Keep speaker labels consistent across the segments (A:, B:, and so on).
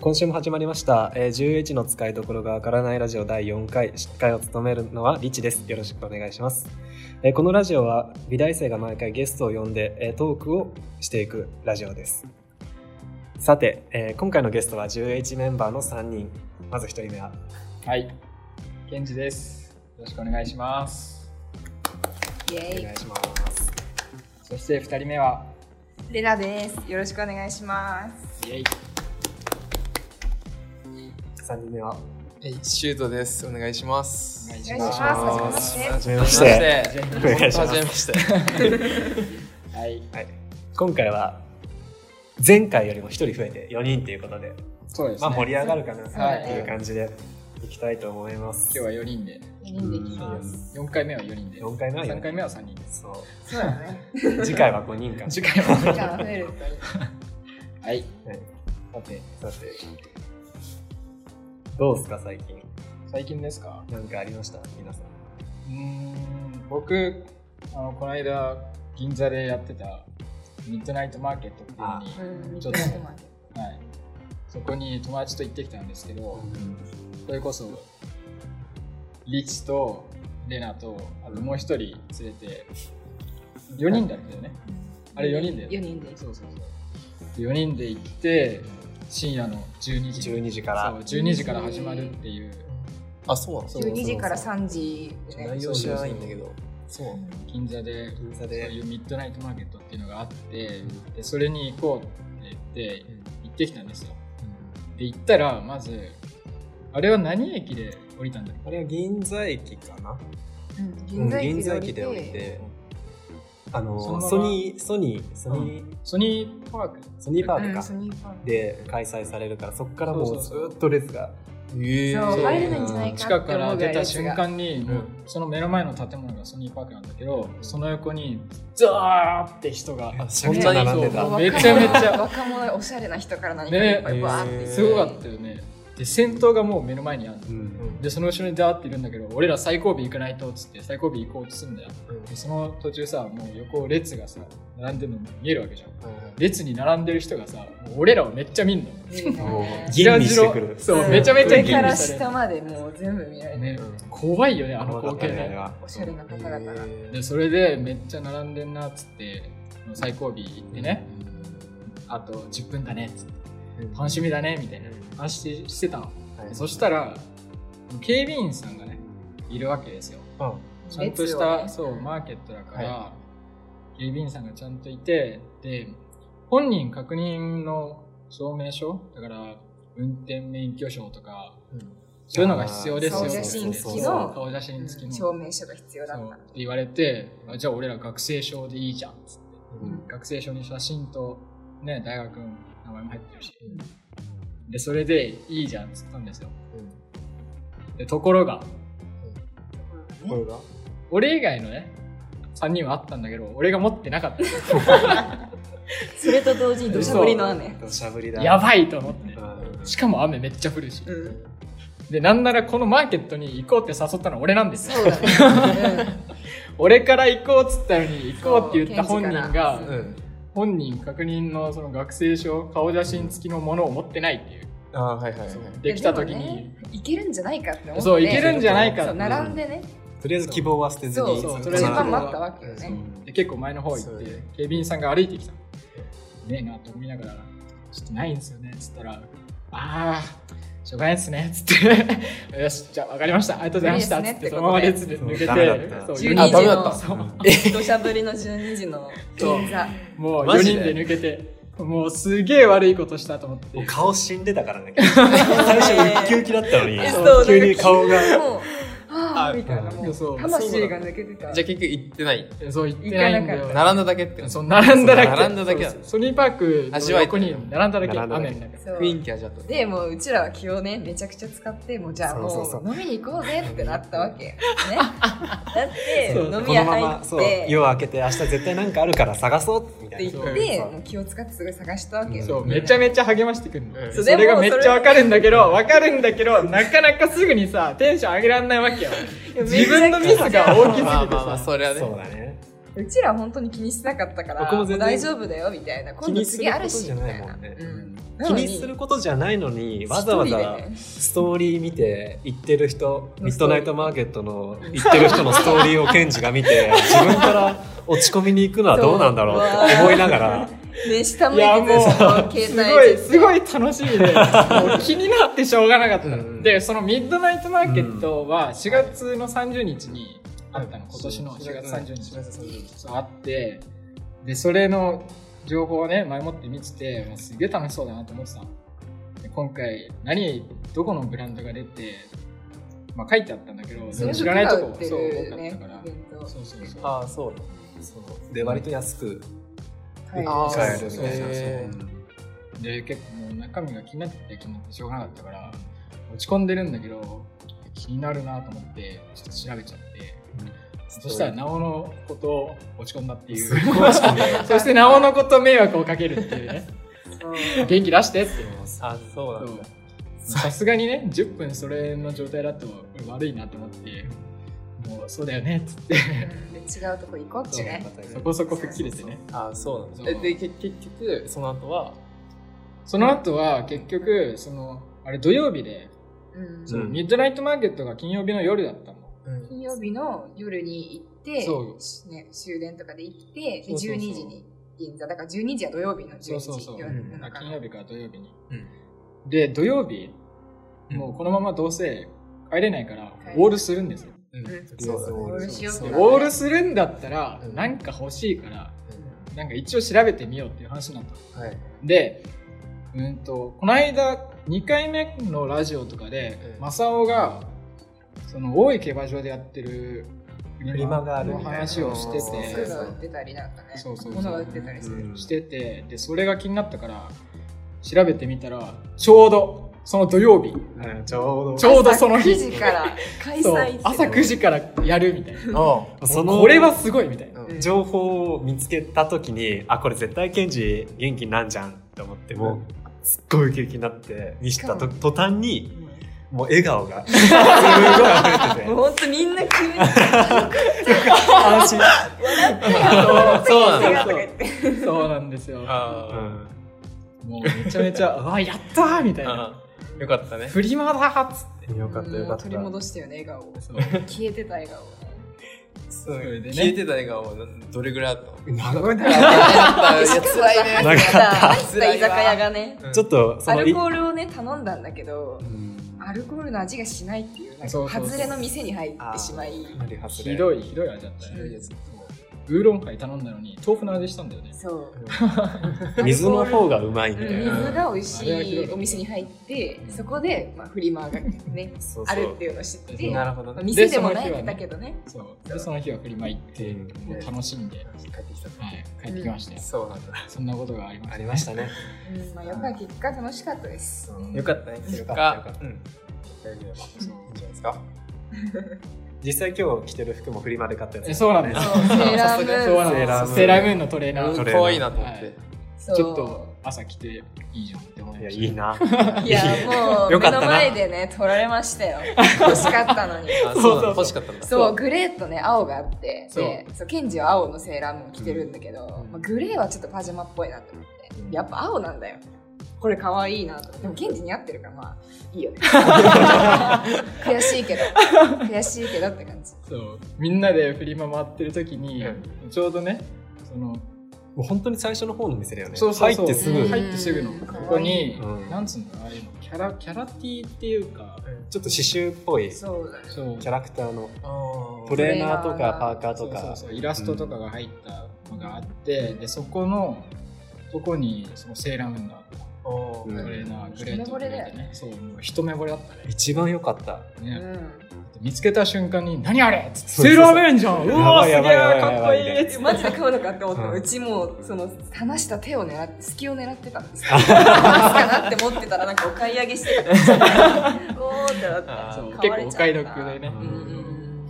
A: 今週も始まりました、えー、10H の使いどころがわからないラジオ第4回司会を務めるのはリチですよろしくお願いします、えーこのラジオは美大生が毎回ゲストを呼んで、えートークをしていくラジオですさて、えー今回のゲストは 10H メンバーの3人まず1人目は
B: はい、ケンジです。よろしくお願いします。
C: イ
A: お願
C: エ
A: いします
B: そして二人目は、
C: イレナです。よろしくお願いします。
B: イエイ、
A: 3人目は
D: えいシュートです。お願いしま
B: お
D: す。
B: 願いし
C: お願いし
B: ま
C: ますす。
A: は
C: は
A: じめまし
D: はじ
A: て
D: めまして。
A: お願いします
D: はじめまして。
B: はい、
A: はい、今回は前回よりも1人増えて4人ということで、
B: そうです
A: ま
B: ね。
A: あ、盛り上がるかな
B: はい
A: っていう感じでいきたいと思います。
B: 今日は四人で、
C: じめまして。4人で行きま。
A: いいですす
B: 四回目は四人で、
A: 4回目は
B: 三
A: 4
B: 回
A: 人
B: 目は三人で
A: そ
C: そうだね。
A: う次回は5人か
B: す。次回は。
C: 時間が増える。
B: はい、
A: はい
B: さて、
A: さてどうですか最近
B: 最近ですか
A: 何かありました皆さん
B: うーん、僕、あの、この間、銀座でやってた、ミッドナイトマーケットっていうのに、
C: うん、
B: ちょっとはい、そこに友達と行ってきたんですけど、それこそリチとレナとあともう一人連れて4人だったよねあれ4人だよね
C: 4人で。
B: そうそうそう4人で行って深夜の12時
A: 12時か
B: そう
A: ら
B: 12時から始まるっていう
D: あ、そうなの
B: そう
C: 12時から3時ね。
A: 内容知らないんだけど
B: そう銀座で
A: 銀座
B: そう
A: で
B: いうミッドナイトマーケットっていうのがあってでそれに行こうって言って行ってきたんですよで行ったらまずあれは何駅で降りたんだっけ
A: あれは銀座駅かな
C: うん
A: うん
C: 銀
A: 銀
C: 座
A: 座
C: 駅
A: 駅
C: で
A: で
C: 降
A: 降
C: り
A: り
C: て。
A: てあの
B: そのまま
A: ソニーソニーソニー、
B: ソニーパーク
A: ソニーパーク
C: う
A: か
C: ん、ソニーパーク。
A: で開催されるからそこからもうず
B: そうそうそう
A: ーっと列が
D: え
C: そう
B: そう
C: 入れないんじゃない
B: 地
C: か
B: 下
C: って
B: か
C: 思
B: ら
C: うぐら
B: 出
C: い
B: た
C: 列
B: 瞬
C: が。
B: 間に、もうその目の前の建物がソニーパークなんだけど、
A: うん
B: その横にザーって人が
D: あ
A: そんな並んで
B: そう
A: た
B: めちゃめちゃ
C: 若者おしゃれな人から何かいっぱいバーって
D: ね
B: すごかったよねで先頭がもう目の前にある
A: うんうん
B: でその後ろにザーっているんだけど俺ら最後尾行かないとっつって最後尾行こうとするんだよでその途中さもう横列がさ並んでるの見えるわけじゃん列に並んでる人がさもう俺らをめっちゃ見んの
C: いいね
A: もう吟味してくる
B: じろじろそう
C: うん
B: めちゃめちゃ
C: 上から
B: してる
C: 下までもう全部見られる。
B: ね
A: うん
B: 怖いよねあの光景
A: あ
B: ね
A: れは
C: おしゃれな方々が。
B: でそれでめっちゃ並んでんなっつって最後尾行ってねあと10分だねっつって楽しみだねみたいな話してしてたの
A: はい
B: そしたら警備員さんがねいるわけですよ
A: うん
B: ちゃんとし
C: 列を
B: た、
C: ね
B: そうマーケットだから、警備員さんがちゃんといてで本人確認の証明書だから運転免許証とかそういうのが必要ですよ
C: 顔写真
B: って
C: 付き
B: そう
C: の
B: 顔写真付きの
C: 証明書が必要だ
B: そう
C: っ
B: ったて。言われてあじゃあ俺ら学生証でいいじゃんっつって
A: うん
B: 学生証に写真と、ね、大学の名前も入ってるし、でそれでいいじゃんっつったんですよでところが
A: これが
B: 俺以外のね3人はあったんだけど俺が持ってなかった
C: それと同時に土砂降りの雨。
A: 土砂降りだ
B: やばいと思って
A: うん
B: しかも雨めっちゃ降るし
C: うん。
B: でなんならこのマーケットに行こうって誘ったの俺なんですよ
C: そうだね。
B: 俺から行こうっつったのに行こうって言った
C: そう
B: 本人
C: 現地か
B: が
C: ら
D: うん。
B: 本人確認のその学生証顔写真付きのものを持ってないっていう
D: あ、はいはいはい。
B: できた時
C: いやでも
B: に
C: ねいけるんじゃないかって思って。
B: そういけるんじゃないか
C: そう
B: って
C: 並んでね。
A: とりあえず希望は捨てず
C: そ
A: に
C: う、
B: そう
A: ず
B: と
A: っと
B: りあえず
C: 順
A: 並ん
C: 番
A: で
C: 待ったわけよ
A: そ
C: ね
A: う。
B: で結構前の方行って、
D: そう
B: 警備員さんが歩いてきたのねえなと思いながら「ちょっとないんですよね」っつったら「あーしょうがないっすね」っつって「 よしじゃあ分かりましたありがとうございました」
C: い
B: っつ
C: いですね
B: って
C: っ
B: そ
C: てことで
B: のまま列で抜け
A: そうダメだった
B: て
C: 12
B: 四人
D: あダメ
C: 時
D: だった
C: の
B: そう
C: 土砂降りの12時の銀座。
B: もう
D: マ
B: 4
D: ジ
B: 人
D: で
B: で抜けてもうすげえ悪いことしたと思って
A: もう顔死んでた からね最初ウッキウキだったのに
C: えそう
A: 急に顔が
C: もうああみたいなもう
B: そう
C: 魂が抜けてた。
D: じゃあ結局行ってない。
B: そう言ってないんだよ
D: 並んだだけって感じ。
B: そう並んだだけ
D: 並んだだけだ
B: そうソニーパーク
D: 味
B: の
D: わえて
B: 横に並んだだけ
A: 並んだだけ
B: 雨の中
C: そう
D: 雰囲気味わった。
C: でもううちらは気をねめちゃくちゃ使ってもうじゃあ
A: そうそうそう
C: もう飲みに行こうぜってなったわけねだっ て
B: そう
C: 飲み
A: この
C: 屋
A: ま
C: 入
A: ま
C: っ
A: そう
C: て
A: 夜明けて明日絶対なんかあるから探そうみた
C: って
A: い
C: 言
A: な
C: っ
B: そ
C: て
A: う
C: もう気を使ってすごい探したわけよ
B: そうめちゃめちゃ励ましてくるの、
D: うん
B: そ
C: そう
B: れがめっ
C: でも
B: ちゃわかるんだけどわかるんだけどなかなかすぐにさテンション上げられないわけよ自分のミスが大きすぎて
D: まあまあまあ、
B: さ
D: それはね。
A: そうだね
C: うちらは本当に気にしてなかったから
A: 僕も全然
C: 大丈夫だよみたいな今度次あるし
A: 気に
C: み
A: す
C: た
A: る
C: い
A: ことじゃ
C: な
A: ないもんね
C: うん
A: 気にすることじゃないのにわざわざストーリー見て行ってる人ミッドナイトマーケットの行ってる人のストーリーをケンジが見 て自分から落ち込みに行くのはどうなんだろうって思いながら
C: ね下向い
B: いや
C: て
B: もう
C: ずっと携帯
B: すごいすご
C: い
B: い楽しみでもう気になってしょうがなかったの、
A: うん
B: でそのミッドナイトマーケットは4月の30日にあったの、今年の4月30日そうあってでそれの情報をね前もって見ててもうすげえ楽しそうだなと思ってたので今回何どこのブランドが出て、まあ、書いてあったんだけどでも知らないとこそう多かったからそうそうそう
D: ああそう
A: そうで割と安く買えるみたい
D: あそうそう
A: な
D: へ
B: で結構もう中身が気になって気になってしょうがなかったから落ち込んでるんだけど気になるなと思ってちょっと調べちゃって、そしたらなおのこと落ち込んだっていう そしてなおのこと迷惑をかけるっていう ね元気出してっていう
D: あそうな
B: そ
D: ん
B: う
D: だ
B: さすがにね10分それの状態だと悪いなと思ってもうそうだよねっつって
C: 違うとこ行こうってね
B: そこそこ吹っ切れてね
D: あそうなんだ
B: そう
D: えでけ結局その後は
B: その後は結局そのあれ土曜日で
C: うん
A: そう
B: ミッドナイトマーケットが金曜日の夜だったの。
C: 金曜日の夜に行って
B: そう
C: ね、終電とかで行ってで
B: そうそうそう
C: 12時に銀座だから12時は土曜日の12時
B: そうそうそう
C: 夜の中
B: 金曜日から土曜日に。
D: うん
B: で、土曜日、
D: うん
B: もうこのままどうせ帰れないから、
C: 帰れ
B: ウォールするんですよ。
D: うん
C: うん
D: そうだね
C: ウォールしようっ
B: で
C: て
B: ウ
C: な
B: ォールするんだったら、
D: うん
B: なんか欲しいから、
D: う
B: なんか一応調べてみようっていう話になったの。
D: んはい
B: で、うんと、この間、2回目のラジオとかで
D: う、ん
B: マサオが、その、大井競馬場でやってる、フ
A: リマがある
B: の
A: みたいな
B: 話をして
D: そう
C: そうい
B: て
C: う、の売ってたりなんかね
B: そうそうそう
C: 物が売ってたりする、
A: うん
B: しててでそれが気になったから調べてみたらちょうどその土曜日
A: うんちょう
B: ちょうどその日
C: 朝9時から開
B: そう
C: 催
B: 朝9時からやるみたいな
D: あ
A: どその
B: これはすごいみたいな、
D: うん
C: うん
A: 情報を見つけた時にあこれ絶対ケンジ元気なんじゃんって思ってもうすっごいウキウキになって見せたと途端にもう笑顔 がすごい
C: も
A: 溢
C: うほんとみんな急に
A: れてて安心、
D: そうなん
B: だ
C: とか言って
B: そうなんですよ
A: う
D: あ
A: ん、
B: もうめちゃ めちゃ「うわやったー!」みたいな
D: あよかっ
B: 「
D: たね
B: フリマだ!」っつって
A: よかったよ
C: も
A: か
C: う
A: った
C: 取り戻したよね笑顔を
B: そう
C: 消えてた笑顔を
D: そ
B: れでね
D: 消えてた笑顔などれぐらいあったの
A: 長い
D: あったいや辛いね
A: なかった
C: 入った居酒屋がね
A: ちょっとそ
C: ア
A: の
C: ルコールをね頼んだんだけど
A: うん
C: アルコールの味がしないっていうなんか
B: そうそうそう
C: 外れの店に入ってしまい
A: かなり外れ
B: ひどいひどい味だった
D: ひ
B: ね
D: どいやつ
B: ウーロンハイ頼んだのに豆腐の味したんだよね
C: そう
A: 水の方がうまいみた
C: う
A: い
C: ん
A: な、
C: 水が美味しいお店に入ってそこで、まあ、フリマがね
A: そう
C: あ
A: そ
C: るっ
A: う
C: ていうのを知っ
B: そう
C: て
D: なるほどね
C: 店でもないんだけどね
B: そうでその日はフリマ行って
A: うん
B: もう楽しんで、
D: 帰ってきた
B: はい、帰ってきましたよ、
D: そうなんだ
B: そんなことがありました
A: ありましたね
C: うんまあ、やっぱり結果楽しかったです。
D: よかったね結
A: よかったよか
D: 果
A: った
D: うん大丈夫だ
B: そう
D: いいんじゃないですか
A: 実際今日着てる服もフリマで買ったやつ
B: えそうなんです
C: そう、セーラーム
B: そうな
C: ーン
A: セーラームー
B: んです
A: ン
B: セーラームーンのトレーナ
A: そ
B: ー
A: れ
D: 可愛いなと思っ
B: はい
D: て
C: そう。
B: ちょっと朝来ていいじゃんって思い
A: い
B: ま
A: や
B: し
A: い
B: た
A: いな
C: いや、もう
A: よか
C: 目
A: ったな
C: の前でね、取られましたよ。欲しかったのに。
D: あそうなんだ欲しかったんだ
C: そう、グレーとね、青があって、
B: そう
C: で、そう、ケンジは青のセーラームーン着てるんだけ
A: ん
C: ど、まあ、グレーはちょっとパジャマっぽいなと思って
A: う、ん
C: やっぱ青なんだよ。これ可愛いなと思って。でも、ケンジ似合ってるから、まあ、いいよね。悔しいけど、悔しいけどって感じ。
B: そうみんなで振り回ってる時に、
D: う
B: ちょうどねその
A: もう 本当に最初の方の店だよね
B: そうそうそ
A: 入
B: う
A: ってすぐ、
C: うん
A: ちょっ
B: 入ってすぐのここに、
A: うん
B: なんつうんだろうああいうのキャラキャラティーっていうか
A: と刺繍っぽいキ
C: そうだね。
B: そう
A: ャラクターの
D: あ
A: ト
D: ー
A: レーナーとかパーカーとか
B: そうそうそうイラストとかが入ったのがあって、でそこのとこにそのセーラームーンがあった
D: あー
A: うん
B: トレーナーグレート
C: 一目惚れだよね
B: ねそうもう一目惚れだったね
A: 一番良かった
C: う
B: ね、
C: ん。
B: 見つけた瞬間に「何あれ!」っつって
A: そうそうそう
B: セーラームーンじゃんうわーすげ
A: や
B: え
A: ばいやばい
B: かっこい
A: やばいやばい
B: い!」っつって
C: マジで買うのかって思ったの、
A: う
C: うんちもうその離した手を狙って隙を狙ってたんですよ離すかなって思ってたらなんかお買い上げしてた おーってなった
B: そう
C: 買
B: 結
C: わ
B: 構
C: れちゃった
B: お買い得でね
A: う
C: うんんうん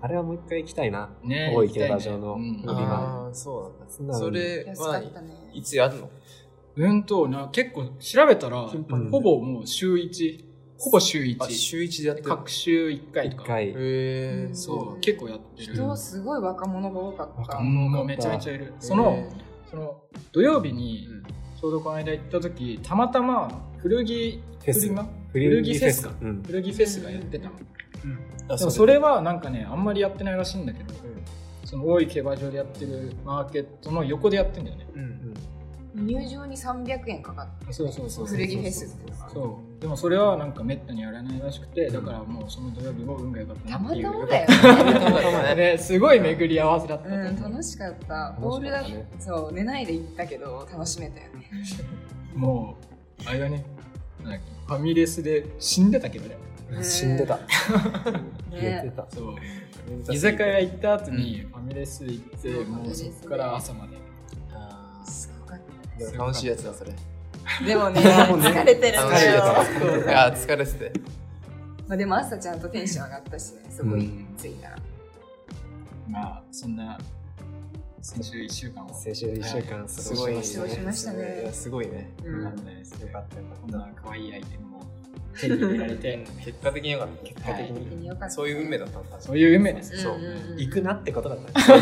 A: あれはもう一回行きたいな、
B: ね
A: 大井競馬場の
B: 行き
A: 売り
B: たいね
A: 場
D: あーそうなんだ
A: そんなの
D: そ
C: うん、
D: れ
C: 安か
D: は
C: ったね
D: いつやるの
B: うんとな結構調べたら
A: 頻繁に
B: ほぼもう週1ほぼ週
D: あ
B: 1
D: 週一でやってる
B: 各週1回と
A: 一
B: か
A: 回
D: へえそう
B: そう結構やってる
C: 人すごい若者が多かった
A: 若
B: もうめちゃめちゃいるそのその土曜日にちょうどこの間行った時たまたま古着
A: フェス
B: 古着
A: 古
B: 古
A: 着フ
B: 着フ
A: ェ
B: ェ
A: ス
B: ス
A: か
B: か。
A: うん。
B: 古着フェスがやってたの、
D: あ
B: でもそれはなんかねあんまりやってないらしいんだけど、その大井競馬場でやってるマーケットの横でやってんだよね
D: うん
C: 入場に300円かかって
B: そうそうそう
C: 古着フェスっていうのが
B: そうでもそれはなんかめったにやらないらしくてだからもうその土曜日も運が良かった
C: た
B: なっ
C: ま
B: ていう
C: たまだよ
D: た
C: ね
D: またまね
B: ねすごい巡り合わせだったと思う、
C: うん楽しかった
A: 楽
C: ボ
A: し
C: ール
A: かった
C: だ
A: ね
C: そう寝ないで行ったけど楽しめたよね
B: もうあれだねなんだっけファミレスで死んでたけどね
C: うん
A: 死んでた。言えて
C: ね
A: た。
B: そう居酒屋行った後にファミレス行って、
C: うん
B: もうそこから朝まで
D: あ
C: すごかっ
D: ーでも楽しいやつだそれ
C: たでもね
A: もうね
C: 疲れてる
D: 楽
C: の
D: しい
C: よ
D: やつだあー疲れてて
C: まあでも朝ちゃんとテンション上がったしねすごい着いたら
B: まあそんな先週1週間を
A: 先週一週間過ご
D: すごい
A: しま
D: ね
A: した
C: 過ごし
A: ね。
C: ましたね
D: いやすごいね
C: う
B: よか
C: ん
B: ったです
A: よかったよか
B: こ
A: っ
B: ん
A: た。
B: な可愛いアイテムを手に入れられて
D: 結果的に良かった結
B: 果的
C: 行ってみようかな
D: そういう運命だったんだ
B: そういう運命です
D: そうん
C: んん
A: 行くなってことだったね。
B: そう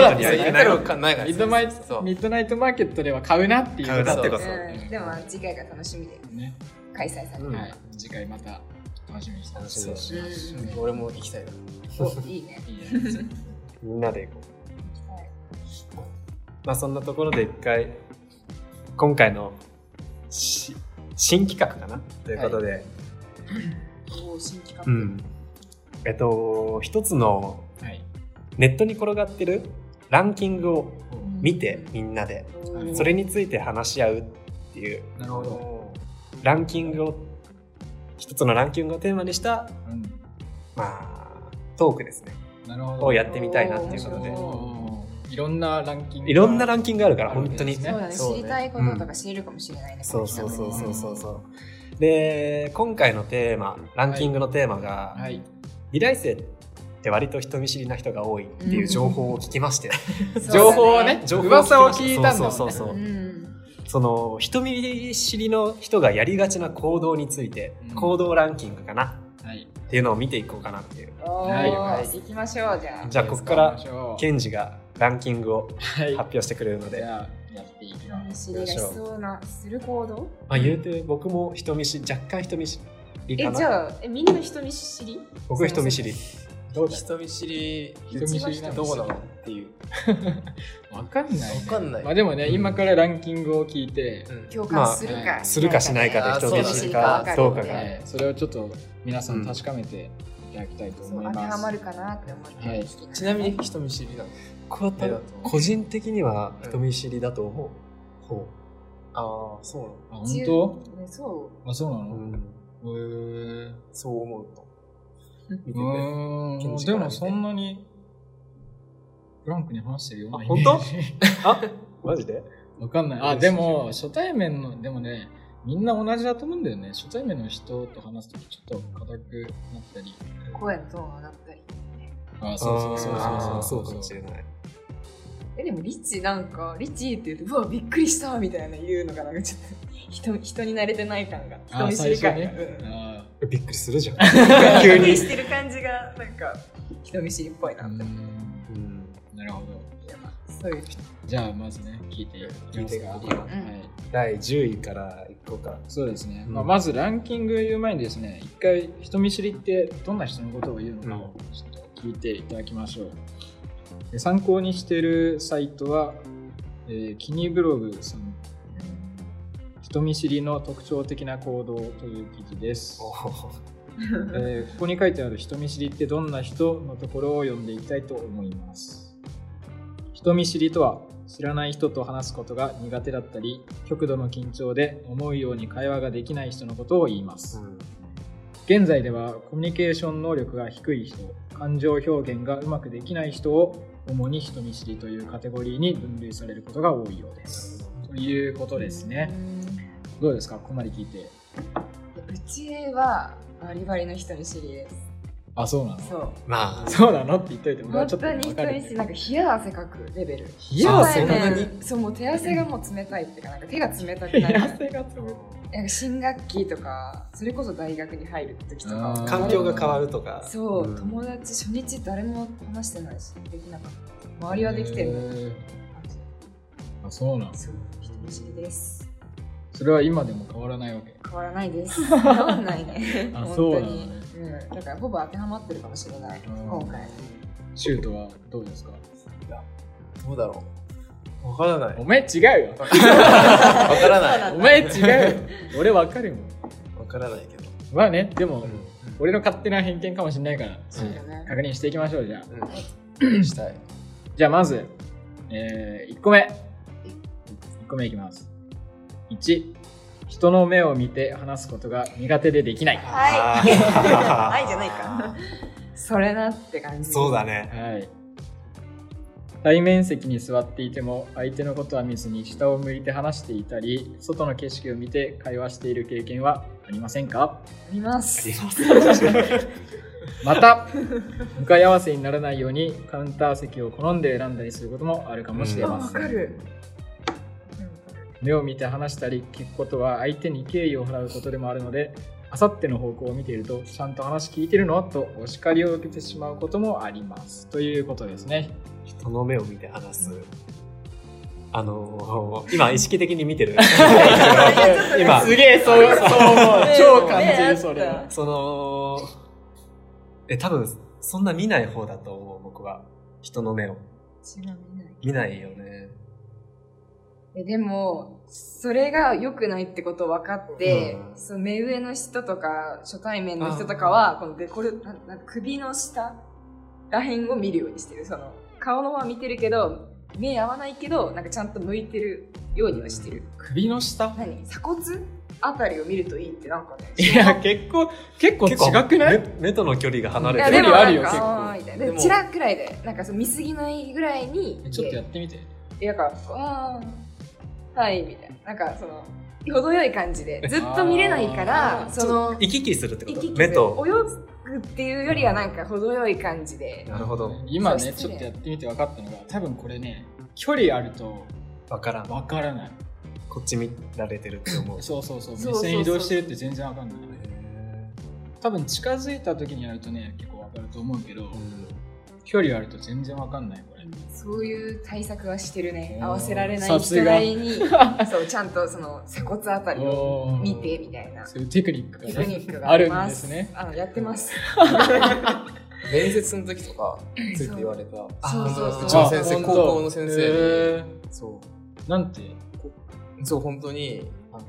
B: だった
D: いや行ったらわかんないから
B: ミッドマイ
D: そう
B: ミッドナイトマーケットでは買うなっていう
D: 買うなってこ
B: こ
C: うんでも次回が楽しみで
B: とね、
C: 開催され
A: うん
B: はい次回また楽しみにして
A: 楽
B: ま
A: し
B: す
A: みにしてます
C: る
D: 俺も行きたいな
C: おいいね
B: いいじゃないですか
A: みんなで行こう。まあそんなところで一回、今回のし新企画かなということで、
C: おお新企画
A: うん。えっと、一つの
B: はい
A: ネットに転がってるランキングを見て
C: うん
A: みんなで、
C: おー
A: それについて話し合うっていう、
B: なるほど、
A: ランキングを、一つのランキングをテーマにした、
B: うん、
A: まあ、トークですね。
B: なるほど
A: をやってみたいなっていうことで。
B: おーいろんなランキング
A: いろんな
B: ラン
A: ランキングあるから、本当に。
B: あるわけですね
C: そうだね
D: そう
C: 知
D: ね
C: りたいこととか知れるかもしれないね
A: そうそうそう
C: こ
A: そ
C: の
A: う
C: 企
A: そうそう。で、今回のテーマ、ランキングのテーマが、
B: はい
A: 美大生って割と人見知りな人が多いっていう情報を聞きまして、
C: 画ね
B: 情報をね
A: 情報
B: 噂を聞いたんだもんね
A: そうそうそう
C: う
A: そう。
C: ん
A: その、人見知りの人がやりがちな行動について、
B: うん
A: 行動ランキングかな
B: はい
A: っていうのを見ていこうかなっていう。
C: お
B: はいは
C: ー行きましょうじゃあ
A: じゃあこっから
B: 行きましょう
A: ケンジがランキングを
B: はい
A: 発表してくれるの
B: じ
A: で、
B: ゃあやっていきま
C: 知
B: す
C: りがしそうなする行動
A: まあ言うて僕も人見知り、若干人見知り
C: え
A: か
C: じ
A: な。
C: ゃあえみんな人見知り
A: 僕は人見知り。
B: どうだ
D: 人見知り
B: 人見知りなんです
D: ど
B: よ
D: うなのっていう
B: わかんない、ね、
D: わかんない
B: まあでもね今からランキングを聞いて、
C: 共感する
B: ま
C: か
B: あ
A: するかしないか
D: あー
A: で人
D: そう
A: 見
D: だね
A: 知りかどうか
C: うん
A: が。
B: はい、それをちょっと皆さん確かめていただきたいと
C: そ
B: 思
C: う
B: い
C: 当て
B: ます、
C: はまるかなって思って、
B: はい
C: 聞き
D: ちなみに人見知りなの
A: こう
D: えだと
A: 個人的には人見知りだと思う。ほ
D: ああそうなの
B: あ本当
C: ねそ
B: あそうな
A: う。
B: の、へえ
D: そう思 うと
A: 見て
B: う
A: て
B: ーんでもそんなにフランクに話してるような
A: あ
B: イメージ
A: あマジで
B: わかんないあでも初対面のでもねみんな同じだと思うんだよね初対面の人と話すときちょっと硬くなったり
C: う声のトーン上がったり
B: あそうそうそう
A: あー
B: そ
A: そううか
B: そう
A: もし
B: そう
A: れない。
C: えでもリッチなんかリッチって言うとうわびっくりしたみたいな言うのがなんかちょっと 人人に慣れてない感が人
B: あ
C: 見知
B: 最
C: り
B: 初
C: 感が、
B: ね
C: うん
B: あ
A: びっくりするじゃん。
C: び
A: 急
C: っくり
A: に。
C: してる感じがなんか人見知りっぽいな
B: ーう
C: って思っ
B: ん
A: うん
B: なるほど
C: てまあそういう人
B: じゃあまずね聞いていきますか
A: 聞いていこう
B: は
C: うん
B: い
A: 第10位からいこうか。
B: そうですね、
A: うん
B: まあ、まずランキング言う前にですね一回人見知りってどんな人のことを言うのかをちょっと聞いていただきましょうで参考にしているサイトは、えーキニブログさん人見知りの特徴的な行動という記事です、えーここに書いてある人見知りってどんな人のところを読んでいきたいと思います人見知りとは知らない人と話すことが苦手だったり極度の緊張で思うように会話ができない人のことを言います、現在ではコミュニケーション能力が低い人感情表現がうまくできない人を主に人見知りというカテゴリーに分類されることが多いようですということですね、どうですかここまで聞いて
C: うんうちはバリバリの人見知りです
B: あそうなの
C: そう
A: まあ、
B: そうなのって言っといても
C: 本
B: ちょっと
C: 当
B: 分
C: に人
B: かる
C: 見知りなんか冷や汗かくレベル
B: 冷や汗
C: 初
B: か
C: 対
B: く
C: 面そうもう手汗がもう冷たいっていうかなんか手が冷たくな
B: 冷
C: る
B: 汗がすごい
C: なんか新学期とかそれこそ大学に入る時とか
B: あー
A: 環境が変わるとか。
C: そう、
A: ん
C: 友達初日誰も話してないしできなかった周りはできてるのに
B: あそうなん
C: そう人見見知りです。
B: それは今でも変わらないわけ。。
C: 変わらない です。変わらないね
B: あそ
C: 本当
B: うなん
C: に
B: だ。
C: うん、だからほぼ当てはまってるかもしれない。
B: うん
C: 今回。
B: シュートはどうですか
D: どうだろう。わか らない。
B: お前違うよ。
D: わからない。
B: お前違うよ。俺わかるもん。
D: わからないけど。
B: まあね、でも、
D: う
B: 俺の勝手な偏見かもしれないから、
C: そうだね。
B: 確認していきましょう、じゃあ。
D: ん。うん。したい。
B: じゃあまず、え1個目。1個目いきます。1、人の目を見て話すことが苦手でできない。は
C: はい
D: あー
C: はいじゃないか。 それなって感じ。
D: そうだね。
B: い。対面席に座っていても相手のことは見ずに下を向いて話していたり外の景色を見て会話している経験はありませんか
C: 見ます。
B: また向かい合わせにならないようにカウンター席を好んで選んだりすることもあるかもしれ
C: あ
B: ま
C: わ
B: せん、
C: かる。
B: 目を見て話したり聞くことは相手に敬意を払うことでもあるのであさっての方向を見ているとちゃんと話聞いてるのとお叱りを受けてしまうこともありますということですね
D: 人の目を見て話す。あのー、今意識的に 見てる。今、
B: すげえそうそう思う
C: ね
B: 超感じ
C: ねあっ
B: る
C: た
B: それは
D: その、え、多分、そんな見ない方だと思う、僕は。人の目を。
C: ちなみに。
D: 見ないよね。
C: えでもそれが良くないってことを分かって、
D: うん
C: そう目上の人とか初対面の人とかはこのデコルななんか首の下らへんを見るようにしてるその顔のまま見てるけど目合わないけどなんかちゃんと向いてるようにはしてる、
B: 首の下
C: 何鎖骨あたりを見るといいってなんかね
B: いや結構結構違くない
D: 目目との距離が離
C: い
D: れ
C: や
D: て
C: で
B: 距
C: も
B: 離ある
C: な
B: よ
C: んか
B: 結構
C: あーみたいな
D: で
C: で
D: も
C: ちらくらいでなんかそう見過ぎないぐらいに
B: ちょっとやってみて
C: えなんかあーはいみたいななんかその程よい感 じでずっと見れないか
B: あ
C: ら
B: ー
C: その
D: 行き来するってこ
C: 息
D: と
C: 切れ
D: 目と。
C: 泳ぐっていうよりはなんか程よい感じで
D: なるほど。
B: 今ね
C: そう
B: ち
C: 失
B: ょ
C: 礼
B: っとやってみて分かったのが多分これね距離あると
D: わからん。
B: 分からない
D: こっち見られてるって思う。
B: そうそうそう
C: そう
B: 目
C: そうそう
B: 線移動してるって全然分かんない
D: へ
B: 多分近づいた時にやるとね結構分かると思うけど、
D: ーうん
B: 距離あると全然分かんないこれ
C: そういう対策はしてるね
B: おー
C: 合わせられな
B: さ
C: い
B: す
C: 人
B: が
C: なりに そうちゃんとその鎖骨あたりを
B: おー
C: 見てみたいな
B: そういうテクニックが
C: テ
B: ね
C: クニックが
B: あ
C: あ
B: る
C: り
B: ん
C: ま
B: ですすね
C: あのやってます
D: 面接の時とか、ついて言われた。
C: そうそうそう
D: あちの先生、
B: あ
D: 高校の先
B: へ
D: 生
B: ー
D: に。そう。
B: なんて
D: そう、本当に、あの、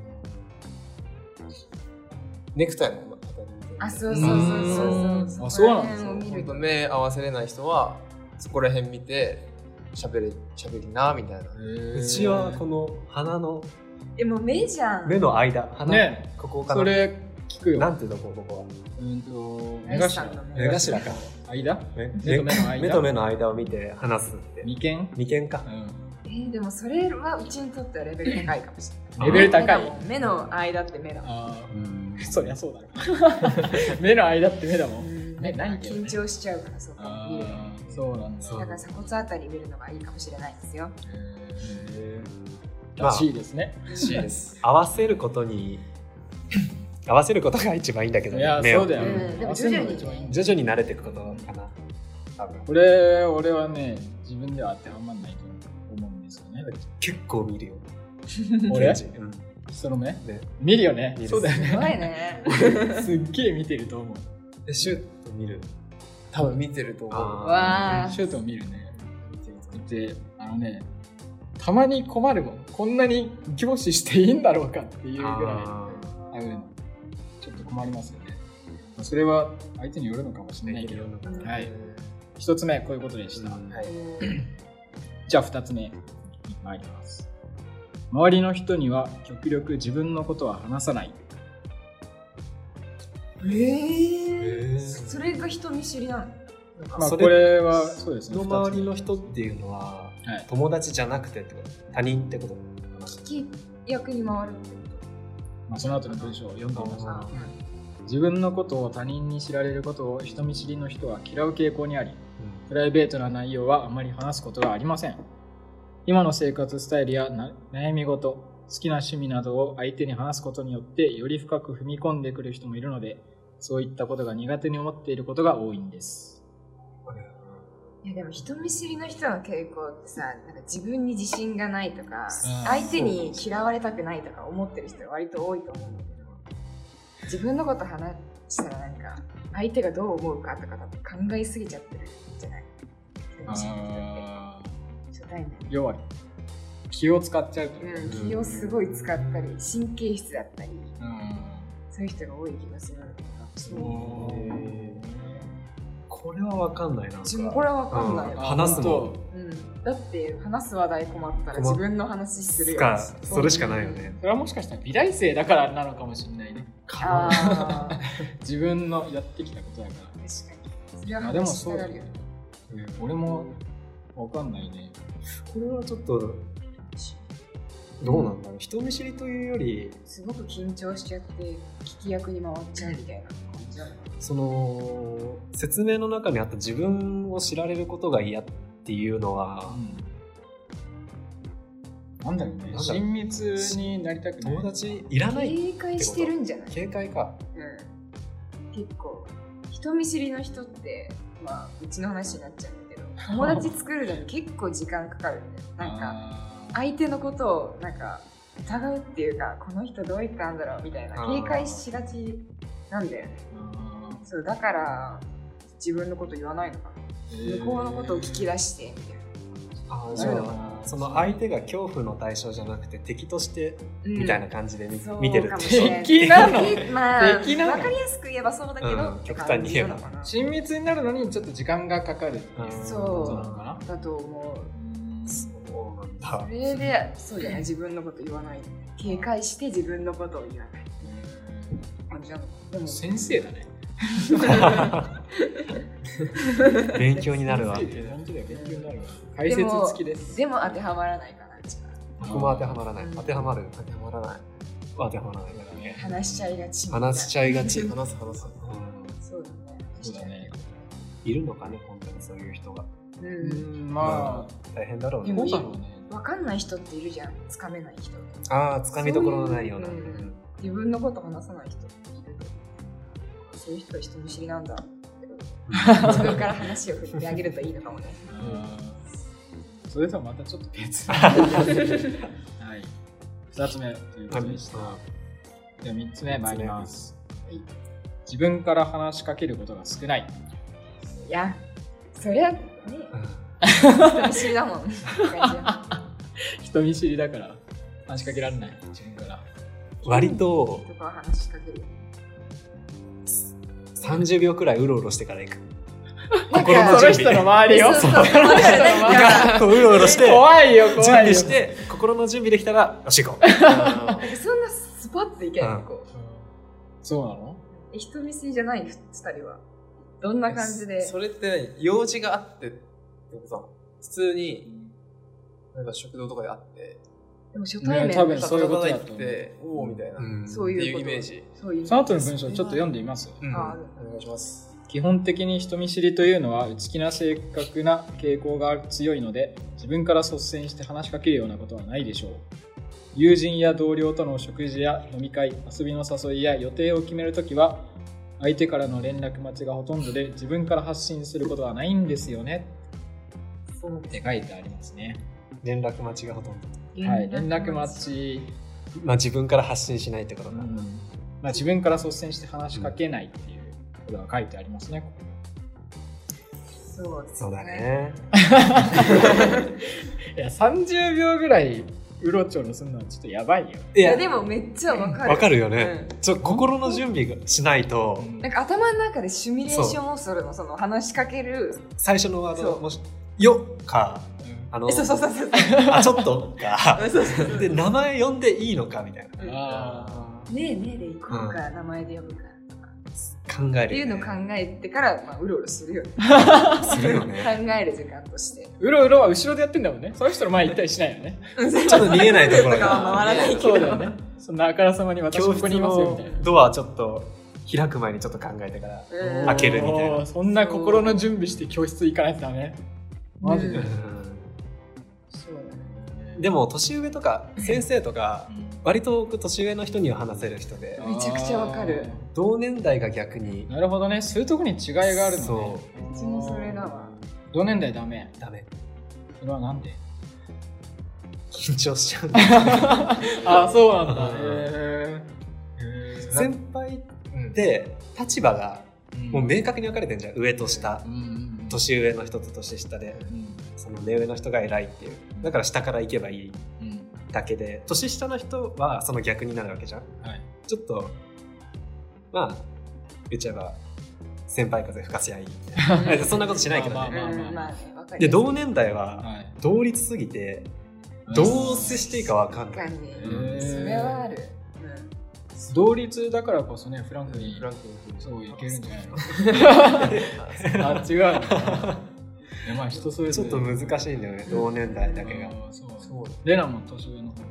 D: ネクタイのあたりみたいな
C: あそうそうそうそう
B: うーん
C: そう
B: あそうなんだ
C: こら辺を見
D: 本
C: る
D: 当目合わせれない人は、そこら辺見て、喋れ、喋りな、みたいな。うちはこの鼻の、
C: でも目じゃん
A: 目の間、鼻、
B: ね
A: ここかな。
B: それ聞く
A: な
B: よ
A: んていうのこうここは
B: うんと目
C: 目
B: 頭
C: 頭
A: 目頭か。
B: 間
A: 目
B: 目と目の間
A: 目と目の間を見て話すって。
B: 眉間
A: 眉間か。
C: えーでもそれはうちにとってはレベル高いかもしれない
B: うんレベル高い
C: 目だもん目の間って目だもん
B: あー そりゃそうだろ 目の間って目だもん目ないけどね
C: 緊張しちゃうからそうか見る
B: あーそうなんだ
C: だから鎖骨あたり見るのがいいかもしれないで すよ。
B: へー
A: ま
B: ら
A: あ
B: しいですね
D: しいです。
A: 合わせることに、合わせることが一番いいんだけど
B: いや
A: ね、目を。
B: そうだよ、
C: うんでも
B: 合わせるのが
C: 徐々に
B: 一番いいんだよ
A: 徐々に慣れていくことかな。多分
B: これ俺はね自分では当てはまんないと思うんですよね
A: 結構見るよ。
B: 俺
A: ケンジうん
B: 人の目、
A: ね
B: 見るよね
A: 見る
B: そうだよ
C: すごい
B: ね
C: ね。
B: すっげえ見てると思う
D: で、シュッと見る。多分見てると思う。
A: あ
C: わあ。
B: シュートを見るね
D: 見てると思う
B: であのねたまに困るもんこんなに凝視していいんだろうかっていうぐらい
A: あ
B: あのちょっと困りますよねまあそれは相手によるのかもしれないけど
C: うん
B: はい一つ目こういうことでした、
A: うん
D: はい。
B: じゃあ2つ目に参ります。周りの人には極力自分のことは話さない。
C: ええ。
A: ー
C: それが人見知りなの。
B: まあ、
A: そ
B: こ
A: れ
B: れはそうですね。
A: の周りの人っていうのは
B: 二つ目はい、
A: 友達じゃなくてってこと他人ってこと
C: 聞き役に回るってこ
B: まあ、その後の文章を読んでみま
C: と
B: す。
C: か。
B: 自分のことを他人に知られることを人見知りの人は嫌う傾向にあり、プライベートな内容はあまり話すことがありません。今の生活スタイルやな悩み事、好きな趣味などを相手に話すことによってより深く踏み込んでくる人もいるので、そういったことが苦手に思っていることが多いんです。
C: えいやでも人見知りの人の傾向ってさなんか自分に自信がないとか
B: そう
C: 相手に嫌われたくないとか思ってる人は割と多いと思うんだけど自分のこと話したらなんか相手がどう思うかとか多分考えすぎちゃってるんじゃない人見知りの人
B: あー
C: って初対面
B: 要は気を使っちゃうというか
C: うん、気をすごい使ったり神経質だったりそういう人が多い気がするんだけど
A: おーこれは分かんないな。
C: 自分これは分かんない
A: うん
C: よ、
A: 話すもん
C: うん、だって話す話題困ったら
A: 困っ
C: 自分の話するよ
A: か、それしかないよね。
B: それはもしかしたら美大生だからなのかもしれないね
C: ああー
B: 自分のやってきたことだか
C: 確かに。それは
B: らあでも
C: 話し
B: そ
C: た
B: う
C: が
B: だ
C: るよ
B: ね
C: ね。
B: 俺もわかんないね
A: これはちょっと、どうなんだろう。人見知りというより、
C: すごく緊張しちゃって、聞き役に回っちゃうみたいな感じなのか
A: その、説明の中にあった自分を知られることが嫌っていうのは、
B: なんだろうね
A: なんだろう
B: 親密になりたくない
A: 友達いら
C: な。
A: ない
C: 警戒してるんじゃない
A: 警戒か。
C: うん。結構、人見知りの人って、まあ、うちの話になっちゃうんだけど、友達作るのに結構時間かかるんだよ。なんか、
B: あー
C: 相手のことを、なんか、疑うっていうか、この人どういったんだろうみたいな、
A: あー
C: 警戒しがちなんだよね。
B: あ
C: そう、だから、自分のこと言わないのかな。
B: ー
C: 向こうのことを聞き出して、みたいな。
A: あー
B: な
A: じゃ
B: るほど
A: あその相手が恐怖の対象じゃなくて敵として
C: うん
A: みたいな感じで見,、
C: そう
A: 見てる
C: か
A: っ
C: も
A: て
C: し
A: い
C: れ
A: う
C: ない
B: 敵なの
C: まあ、
B: 敵なの
C: わかりやすく言えばそうだけど、
A: うん極端に言えば
C: って感じなのかな
B: 親密になるのにちょっと時間がかかるっていう
C: そう
B: ことなのかな
C: だと思う。
A: そうなん
C: そ
A: だ
C: れで、そうじゃない、自分のこと言わない。警戒して自分のことを言わない。感じなのかな。でも、
B: 先生だね
A: 勉強になるわ
B: 先生って本当だよ勉強になるわ解説付きです
C: でも当てはまらないかな、うちは
A: 僕も当てはまらない
C: うん
A: 当てはまる当てはまらない当てはまらない
C: 話しちゃいがち。
A: 話しちゃいがち、うん、
D: 話す話す
C: そうだね。
B: そうだね
A: いるのかね本当にそういう人が
C: うん。
B: ま
A: 大変だろう
B: あ
A: ね
C: でも
B: どうだろうね
C: わかんない人っているじゃん。つかめない人。
A: ああつかみどころのないような
C: そういううん自分のこと話さない人っている。そういう人は人見知りなんだ。自分から話を振ってあげるといいのかもね。
B: うんそれとはまたちょっと別はい2つ目ということでしたじゃあ3つ目参ります
C: はい
B: 自分から話しかけることが少ない
C: いや、そりゃ、ね、人見知りだもん。
B: 人見知りだから話しかけられない自分から
A: 割と
C: とか話しかける。
A: 30秒くらいうろうろしてから 行く
C: 心の
A: 備
C: 準
B: その人の周りを
C: そう
B: その人の
C: い
B: 周
C: や
A: こううろうろして
B: り 怖いよ
A: 準
B: 怖い
A: 備
B: よ
A: して心の準備できたらよし行こう
C: なんかそんなスパッといけない、こ
B: そうなの
C: う。人見知りじゃない二人は。どんな感じで。
D: それって何用事があってってことなの普通になんか食堂とかであって
C: でも初対
B: ね多
C: 面
B: 分そういうことだと思う
D: 叩かないっておおみたいな、っ
C: そう
D: て
C: い
D: いうう
C: こ
D: イ
C: と。
D: メージ
C: そういうイメージ。
B: その後の文章ちょっと読んでみます
A: うん
C: ああ
D: お願いします
B: 基本的に人見知りというのは内気な性格な傾向が強いので自分から率先して話しかけるようなことはないでしょう友人や同僚との食事や飲み会遊びの誘いや予定を決めるときは相手からの連絡待ちがほとんどで自分から発信することはないんですよね
C: そう
B: って書いてありますね、
A: 連絡待ちがほとんど、
B: はい、連絡待。ち、
A: まあ、自分から発信しないってこと
B: う
A: か、
B: んまあ、自分から率先して話しかけないっていうことが書いてありますねここに
C: そうです
A: そうだ。ね
B: いや30秒ぐらいうろちょろするのはちょっとやばいよ
A: い
C: いや、でもめっちゃわかる。
A: わかるよ
C: う
A: ね、
C: ん。
A: ちょ心の準備がしないと
C: なんか頭の中でシミュレーションをするの、その話しかける。
A: 最初のワード
C: そう
A: もし「よ」かあの
C: えそうそうそうそう。
A: あちょっと」か
C: そうそうそう
A: で名前呼んでいいのかみたいな
B: あー
C: ねえねえで行こうか、名前で呼ぶかとか
A: 考え
C: って
A: る
C: い
A: よ
C: う
A: ね、
C: のを考えてから、まあ、うろうろするよね
A: するよ
C: 考
A: ね
C: える時間として
B: うろうろは後ろでやってんだもんねその人の前行ったりしないよね
A: ちょっと見えないところ
C: とかは
A: が
C: 回らないけど
B: そうだよねそんなあからさまに私
A: 教
B: ここ
A: 室
B: にいますよみ
A: の
B: たいな
A: ドアちょっと開く前にちょっと考えてから
C: うん
A: 開けるみたいな
B: おーそんな心の準備して教室行かないとダメマジで、
C: う
B: そうだね
A: でも年上とか先生とか割と僕年上の人には話せる人で
C: めちゃくちゃわかる
A: 同年代が逆に
B: なるほどねそういうとこに違いがあるのね
A: そう
C: ちもそれだわ
B: 同年代ダメ
A: ダメ。
B: それはなんで
A: 緊張しちゃう。
B: あそうなん
A: だ
B: へ
A: 先輩っ
D: うん
A: て立場が
B: え
A: もう明確に分かれてんじゃん。上と下
B: う。んうんうん
A: 年上の人と年下で、
B: うん
A: その目上の人が偉いっていう。だから下から行けばいい
B: うん
A: だけで、年下の人はその逆になるわけじゃん。
B: はい
A: ちょっと、まあ、言っちゃえば、先輩風吹かせ やいい。
C: うん
A: そんなことしないけどね。
B: まあまあ
C: うんまあね、わかります
A: で、同年代は
B: はい
A: 同率すぎて、どう接していいかわかん
C: 確
A: な
C: か
A: い。
C: にね
B: うん
C: それはある。
B: 同率だからこそねフランクに
D: フランクに来る
B: そういけるんじゃないの
D: あ
B: あ違うのかなまあ人それ
A: ち
B: ぞ
A: ょっ
B: れ
A: と難しいんだよね、同年代だけが。
B: あーそう
D: そうだ
B: レナも年上の方が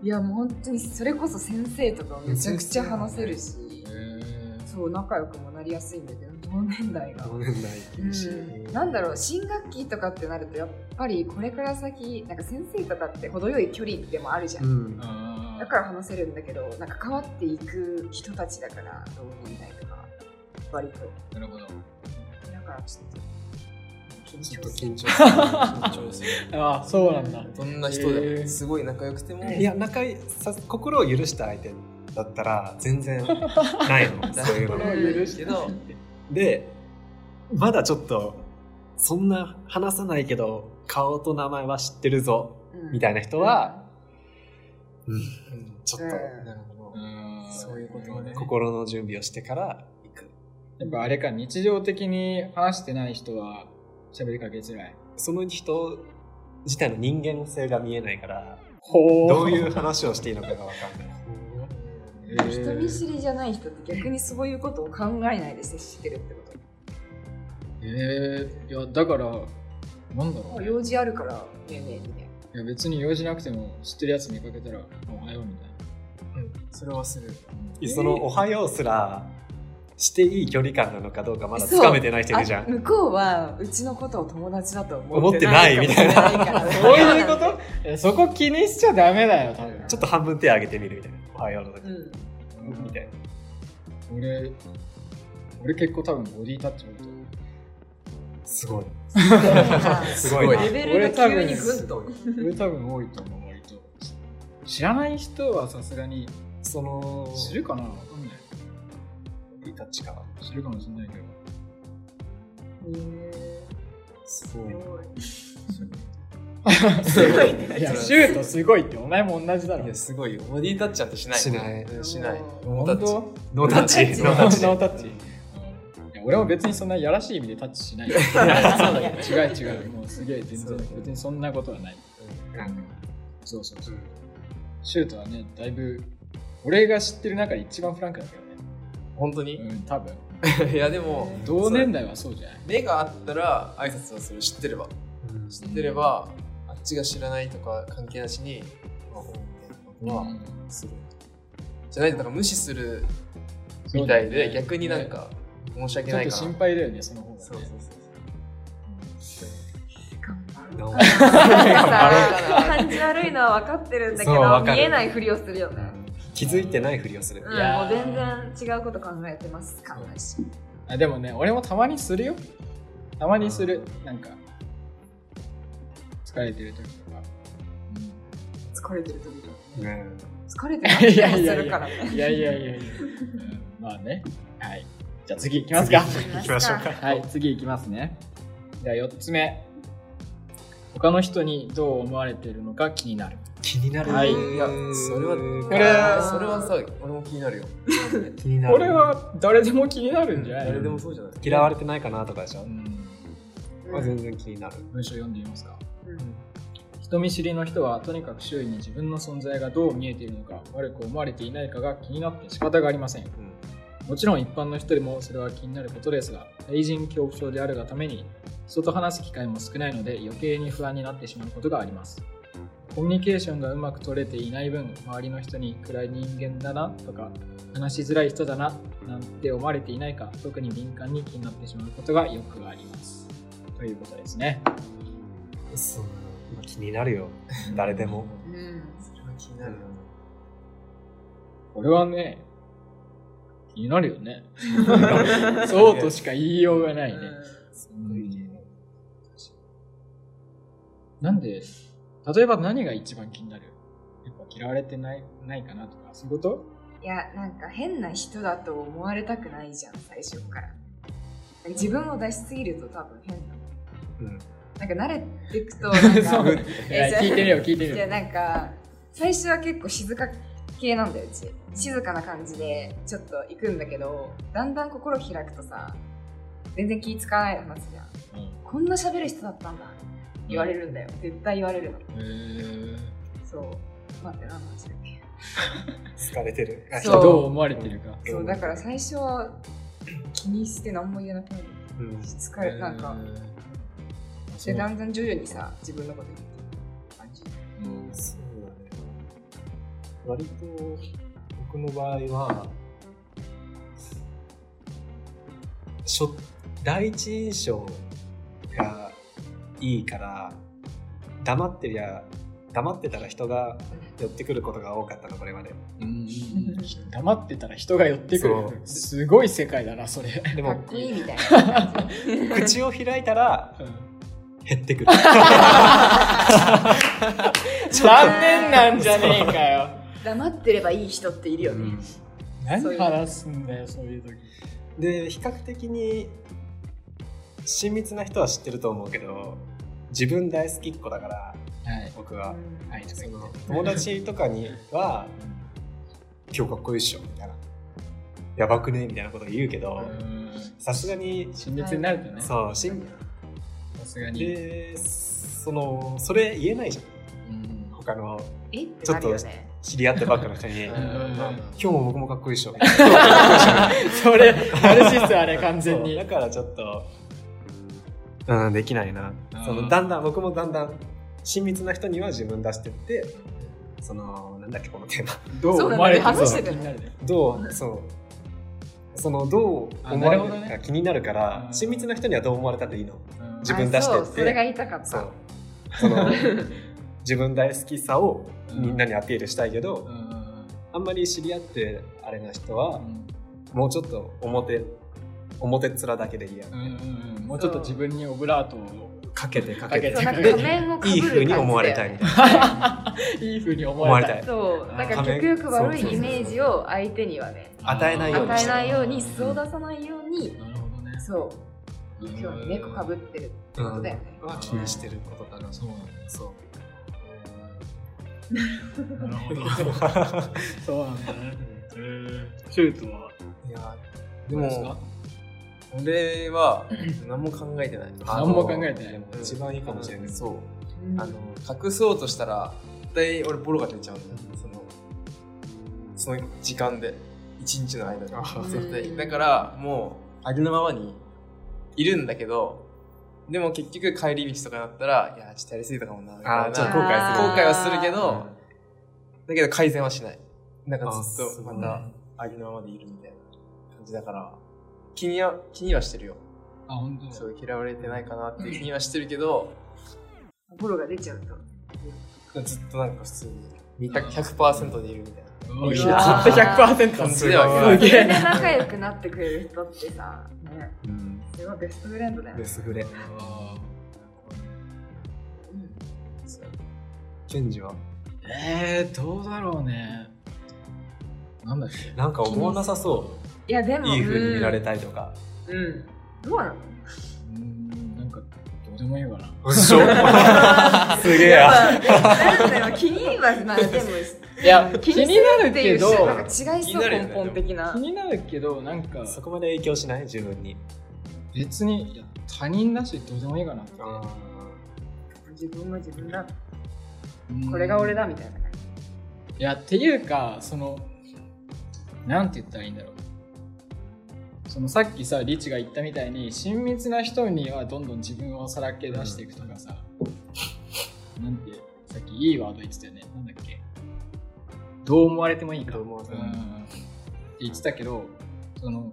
C: うんいや、もう本当にそれこそ先生とかめちゃくちゃ話せるし、
B: へ
C: そう、仲良くもなりやすいんだけど、同年代が。
A: 同年代厳しい。
C: うんなんだろう新学期とかってなるとやっぱりこれから先なんか先生とかって程よい距離でもあるじゃん、
A: うん。
B: だ
C: だから話せるんだけどなんか変わっていく人たちだから同年代とか割と
B: なるほど
C: だからちょっと緊張す
A: ちょ
C: る
A: っと緊張する。
D: 緊張する
B: あそうなんだ
D: どんな人でも
B: へー
D: すごい仲良くても
A: いや仲いいさ心を許した相手だったら全然ない のそういうの
C: 心を許して
D: けど
A: でまだちょっとそんな話さないけど顔と名前は知ってるぞ
C: うん
A: みたいな人は、うん、
D: うん
A: ちょっ
C: うん
D: なるほ
B: う
D: ど
B: ん
D: そういうことね
A: と心の準備をしてから行く
B: やっぱあれか日常的に話してない人は喋りかけづらい
A: その人自体の人間性が見えないから
B: ほ
A: どういう話をしていいのかが分かんない
C: 人見知りじゃない人って逆にそういうことを考えないで接してるってこ
B: えいやだからなんだ
C: と
B: ろ
C: も
B: う
C: う
B: ね
C: 用事あるからねえねえみたいない
B: や別に用事なくても知ってるやつ見かけたら「おはよう」みたい
D: それはする
B: な
A: その「おはよう」すらしていい距離感なのかどうかまだ
C: そう
A: つかめてない人いるじゃ
C: あ
A: ん
C: 向こうはうちのことを友達だと
A: 思
C: 思
A: ってないみたいな
B: そういうこと えそこ気にしちゃダメだよ多分
A: ちょっと半分手挙げてみるみたいな「おはよう」とか、
C: うん
A: みたいな。
B: 俺俺結構多分ボディタッチのこと
A: すごい。
D: すごいな
C: レベルが急にぐんと。
B: 俺多分多いと思う割と知らない人はさすがに
A: その、
B: 知るかなわかんない
A: たちが。
B: 知るかもしれないけど
A: すごい。
D: すごい
B: いや、シュートすごいって、お前も同じだろ。
D: いやすごいよボディタッチなんてしない
A: しない
D: うんしない
B: 本当ノ
A: ノータッチ。ノ
B: ー
A: ータッ
B: タッ
A: チ
B: チ。
A: で。
B: うんいや俺も別にそんなやらしい意味でタッチし ないよ。違う違う。もうすげえ、全
D: そう
B: 然
D: だね。
B: 別にそんなことはない。そうそうそう。シュートはね、だいぶ、俺が知ってる中で一番フランクだけどね。
D: 本当に
B: うん、多分。
D: いやでも
B: 同年代はそうじゃない
D: 目があったら挨拶はする知ってれば知ってればあっちが知らないとか関係なしに「あおうみたいなことは
B: うん
D: するじゃないとなんか無視するみたいで逆になんか申し訳
B: ちょ
D: な
B: っ
D: い
B: と
D: から
B: 心配だよね、その方
D: そ
B: が
D: うそう
B: ね。
A: ノー
C: 感じ悪いのは分かってるんだけ
A: そう
C: ど
A: 分かる
C: 見えないふりをするよね。
A: 気づいてないふりをする
C: うん、。
B: いや
C: もう
B: ー
C: 全然違うこと考えてます。考えし。
B: あでもね、俺もたまにするよ。たまにする。なんか、疲れてる時とか。
C: 疲れてる時だ
A: うん
C: 疲れて ない気もするから
B: い
C: ね。
B: やいやいやいや。うんまあね。はい。じゃあ次行きますか。
A: 行きましょうか。
B: はい、次行きますね。じゃあ4つ目。他の人にどう思われてるのか気になる。
A: 気になる。
B: はい
D: いやそれは
A: こ
B: こ
A: れ
B: れ
D: それはさ俺も気になるよ
A: 気になる。
B: これは誰でも気になるんじゃない
D: 誰
B: の
D: でもそうじゃない
A: 嫌われてないかなとかでしょ
B: う。ん
A: まあ全然気になる。
B: 文章読んでみますか。
C: うん
B: 人見知りの人はとにかく周囲に自分の存在がどう見えているのか悪く思われていないかが気になって仕方がありません
A: うん
B: もちろん一般の人でもそれは気になることですが対人恐怖症であるがために人と話す機会も少ないので余計に不安になってしまうことがありますコミュニケーションがうまく取れていない分周りの人に暗い人間だなとか話しづらい人だななんて思われていないか特に敏感に気になってしまうことがよくありますということですね
A: そうまあ気になるよ。誰でも。
D: それは気になるよ
B: これはね、気になるよね。そうとしか言いようがないね。
D: すごいね
B: なんで、例えば何が一番気になるやっぱ嫌われてないないかなとか、そういうこと
C: いや、なんか変な人だと思われたくないじゃん、最初から。自分を出しすぎると多分変なの。
A: うん
C: なんか慣れていくと、なん
B: そ
C: か
B: う。いや
C: えじゃあ
B: 聞いてるよ、聞いて
C: じゃあ
B: るよ。
C: なんか最初は結構静か系なんだようち静かな感じでちょっと行くんだけどだんだん心開くとさ全然気使わないで話すじゃんこんな喋る人だったんだ言われるんだよ絶対言われるの
B: うんへー
C: そう待って何の話だっけ
A: 好かれてる。 あ
C: そう
B: 人どう思われてるか。
C: そうだから最初は気にして何も言えなくなる
A: うん
C: 疲れなんか
B: へー
C: でだんだん徐々にさ自分のこと言ってく感じ
B: うん
A: そうだね。割と僕の場合は、初第一印象がいいから、黙ってりゃ、黙ってたら人が寄ってくることが多かったの、これまで。
B: うん黙ってたら人が寄ってく
A: そう
B: る。すごい世界だな、それ。
A: で
C: か
A: も
C: っ、こいいみたいな感じ
A: 口を開いたら
B: うん
A: 減ってく る。
B: 残念なんじゃねえかよ。
C: 黙ってればいい人っているよね、そ
B: 何
C: ういう
B: 話すんだよ、そういう時。
A: で比較的に親密な人は知ってると思うけど自分大好きっ子だから
B: はい。
A: 僕は
C: うん
B: はい、とか
A: そ
B: 言っ
A: の
B: て
A: 友達とかには「今日かっこいいっしょ」みたいな「やばくね」みたいなこと言うけど
B: うん
A: さすがに
B: 親密になるとね、さ
A: そうしん
B: すがに。
A: でそのそれ言えないじゃん
B: うん
A: 他の
C: えってなるよね
A: 知り合ってばっかの人に「
D: う
A: 今
D: ん
A: 日も僕もかっこいいっしょ」みたいな
B: それ、ナルシストあれ、完全
A: そう
B: に
A: だ。からちょっとうんできないな
B: うん
A: そのだんだん僕もだんだん親密な人には自分出してってそのなんだっけこのテーマ
B: ど
C: そうなんだね話して
B: 気
C: た
B: にな
C: ね
B: るね。
A: どうそうそのどう
B: あ
A: 思われ
B: なるほど
A: るか
B: ね
A: 気になるから
B: うん
A: 親密な人にはどう思われたっていいの
B: うん
A: 自分出してって
C: あそうそれが言いたかっ
A: そ
C: た
A: うそ の自分大好きさをみんなにアピールしたいけど、
B: うん
A: あんまり知り合ってあれな人は、
B: う
A: もうちょっと表表っ面だけでいいや、
B: んうんうんもうちょっと自分にオブラートを
A: かけてかけて
C: そう
B: か
C: なん
B: け
C: か
B: て
C: 仮面をかぶる感じだよね
A: いい風に思われたいみたいな。
B: いい風に思
A: 思わ
B: われ
A: れ
B: た
A: た
B: い。
A: い。
C: そう
B: あー
C: なんか極力悪いイメージを相手にはね
A: 与えないように
C: 与
A: し
C: え
A: て。
C: ないように素を出さないように
B: なるほどね。
C: そういい今日に猫かぶってるってことだよね
A: は気にしてることだな。
B: そうなんだ
A: そう。
B: なるほど。そうなんだね。シュートはい
A: や、で
B: でも
A: も、
D: 俺は何も考え てない
A: あの
B: 何も考えてない
A: でも一番いいかもしれない。
D: そう
C: うん
D: あの隠そうとしたら絶対俺ボロが出ちゃうんだよそのその時間で一日の間で
A: あ
D: 絶
C: う
D: 対
C: ん
D: だからもうありのままにいるんだけどでも結局帰り道とかだったらいやちょっとやりすぎたかもなみたいな
A: あーちょっと
D: 後
A: 後悔する
C: あー
D: 悔はするけどだけど改善はしないなんかず
A: あ
D: っ
A: そ
D: と
A: う
D: またありのままでいるみたいな感じだから気には気にはしてるよ
B: あ、本当。
D: そう嫌われてないかなっていう気にはしてるけど
C: ボロが出ちゃうと
D: ずっとなんか普通に見た100%でいるみたいな
B: う
A: い
B: い
A: や
B: や、ずっと100%
D: 感じでは
B: す
D: い
B: げ
C: みん
B: え。
C: な仲良くなってくれる人ってさね
A: うん。
C: すごいベストフレンドだよね
A: ですぐれ。
C: うん
A: チェンジは
B: えー、どうだろうね。なんだっけ
A: なんか思わなさそ
C: いやで
A: う。
C: も
A: いい風に見られ
C: た
A: たいとか。
C: うんどうなの
B: うーん、なんか、どうでもいいわな。
A: うっしょ すげえや。
C: やっぱなんだよ気にはな るでも
B: いや、
C: 気
B: 気
C: に
B: に
C: な
B: な
C: る
B: る
C: ってい
B: け
C: うし
B: ど、
C: なんか違い
D: 気
C: そ
D: にな
C: う
D: るよね
C: 根本的な
B: 気になるけど、なんか、
A: そこまで影響しない自分に。
B: 別に、いや他人だし、どうでもいいかなって。
C: 自分は自分だ
B: うん
C: これが俺だみたいな感じ
B: いや、っていうか、その、なんて言ったらいいんだろう。そのさっきさ、リチが言ったみたいに、親密な人にはどんどん自分をさらけ出していくとかさ、なんて、さっきいいワード言ってたよね。なんだっけ。どう思われてもいいか。
A: どう思われて
B: う
A: もいい
B: んって言ってたけど、その、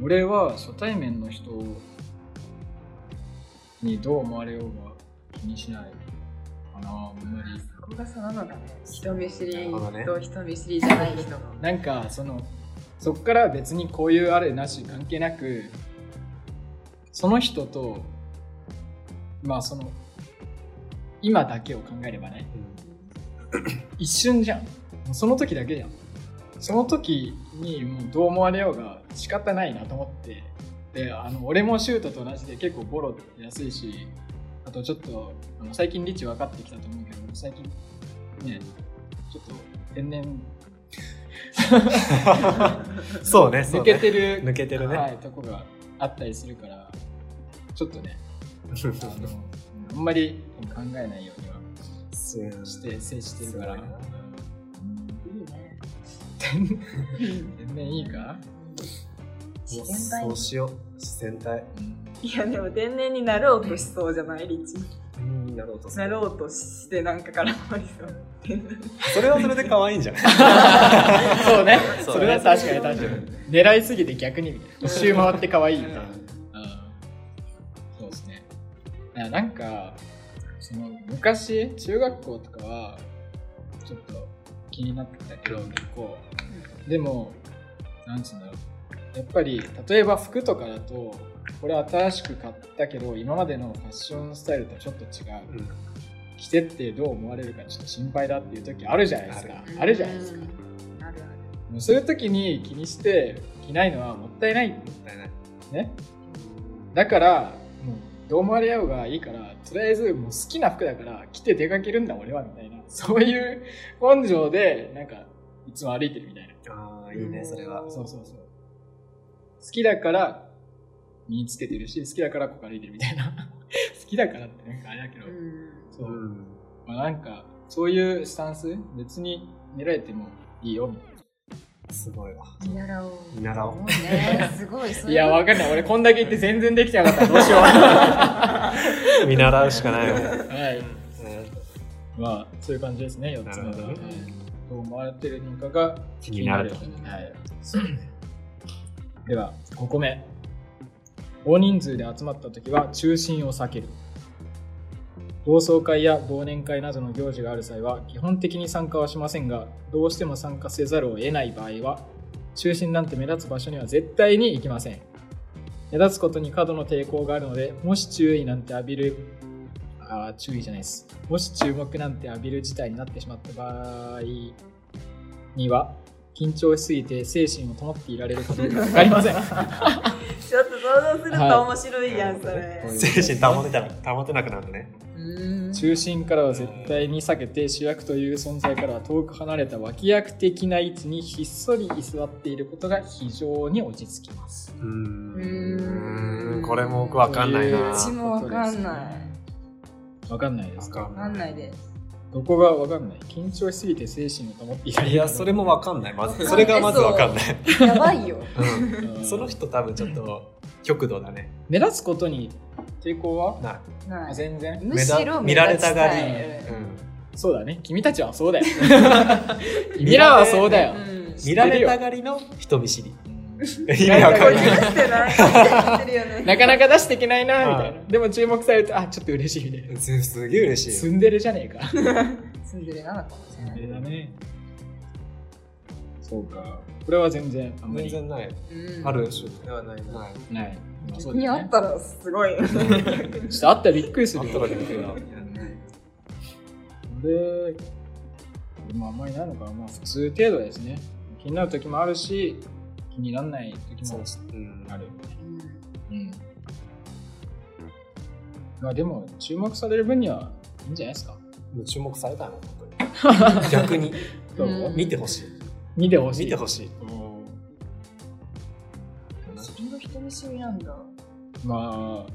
B: 俺は初対面の人にどう思われようが気にしないかな、あんまり。
C: そこが差なのかね人見知り
A: ほどね
C: と人見知りじゃない人の
B: なんかそのそこから別にこういうあれなし関係なくその人とまあその今だけを考えればね一瞬じゃんもうその時だけじゃんその時にもうどう思われようが仕方ないなと思ってであの俺もシュートと同じで結構ボロって安いしあとちょっとあの最近リッチ分かってきたと思うけど最近ねちょっと天然
A: そうね、そう
B: 抜
A: ね
B: けてる、
A: 抜けてるね
B: はい、とこがあったりするからちょっとねあのあんまり考えないようには
A: そうね
B: して接してるから
A: そうだな
B: 天天然いいか、
C: 自然体
A: そうしよう。自然体。
C: いやでも天然になろうとしそうじゃないリッチ
A: うん、なろうとす
C: な
A: る。
C: ろうとしてなんか絡まりそう天然
A: それはそれで可愛いんじゃない
B: そうね
D: そう
B: それは確かに確かに狙いすぎて逆にみたいな一周回って可愛いみたいな、そうですねいやなんかその昔中学校とかはちょっと気になってたけど結構でもなんつうんだろうやっぱり例えば服とかだとこれ新しく買ったけど今までのファッションスタイルとちょっと違
A: う
B: う、
A: ん
B: 着てってどう思われるかちょっと心配だっていう時あるじゃないですかあるじゃないですか
C: あるある
B: もうそういう時に気にして着ないのはもったいない
A: 絶対ない
B: ねだからもうどう思われようがいいからとりあえずもう好きな服だから着て出かけるんだ俺はみたいなそういう根性でなんかいつも歩いてるみたいな
A: ああ、いいね、それは。
B: そうそうそう好きだから身につけてるし好きだからここ歩いてるみたいな 好きだからってなんかあれだけど、
C: うん
B: そう、
A: ん。
B: まあ、なんかそういうスタンス別に狙えてもいいよみたいな
A: すごいわ。
C: 見習おう
A: 見習おう
C: もねすごいそ
B: いやわ
C: か
B: かんない俺こんだけ言って全然できてなかったらどうしよう
A: 見習うしかないよね。
B: はい
A: うん
B: まあそういう感じですね4つ目
A: なる
B: は、
A: ほどね
B: どう思われてるのかが
A: 気になると
B: 気になるはい、では5個目大人数で集まった時は中心を避ける同窓会や忘年会などの行事がある際は基本的に参加はしませんがどうしても参加せざるを得ない場合は中心なんて目立つ場所には絶対に行きません目立つことに過度の抵抗があるのでもし注意なんて浴びるあー注意じゃないですもし注目なんて浴びる事態になってしまった場合には緊張しすぎて精神を保っていられるかどうか分かりま せん
C: ちょっと想像すると面白いやんそれ
A: 精神保てたら、保てなくなるね。
C: うん
B: 中心からは絶対に避けて主役という存在からは遠く離れた脇役的な位置にひっそり居座っていることが非常に落ち着きます
A: うーん
C: うーん
A: これも僕わかんないな。
B: そういう
C: ちもわかんない
B: わかんないです
A: わ
B: か
A: か
C: なんないです
B: どこがわかんない緊張しすぎて精神を保っていられる
A: いや、それもわかんない。まず、それがまずわかんない。
C: やばいよ
A: う
B: うん
A: んその人多分ちょっと、極度だね。
B: 目立つことに抵抗は
A: な
C: な
B: あ
C: い
B: 全然
C: むしろ
A: 見られたがり
C: 目
A: い。
C: 立
A: う
C: ち
A: ん
B: そうだね君たちはそう だよミラはそうだ
C: た
B: よ
C: いうん
A: 見られたがりの人見知り。意
B: 味わかん な
C: な
B: い
C: やこれ出してない出してるよね
B: なかなか出していけないなみたい
A: あ
B: なでも注目されるとあちょっと嬉しいみたいな
A: すすげえ嬉しい
B: ツ
A: よ。
B: ンデレじゃねえか
C: 住んでるなのかもしれない
B: れだねそうかこれは全然あんま
A: 全
B: り
A: 然ない。
C: うん
A: あるでし
D: ではないな。
A: ない。
B: ない
C: 逆
B: そう
C: に
B: だ
C: あ
B: よね
C: ったらすごいよね
B: ちょっとあったらびっくりす
A: あ
B: る
A: っ
B: よ
A: たらびっくりだ。
B: 俺まああんまりないのかなまあ普通程度ですね気になる時もあるし気にならない時
A: そう
B: も
A: うん
B: ある
C: うん
B: うんまあでも注目される分にはいいんじゃないですか
A: も う注目されたの本当に逆に
B: どう、
C: うん
A: 見てほしい
B: 見てほしい
A: 見てほしい
C: 自分の人見知りなんだ
B: まあ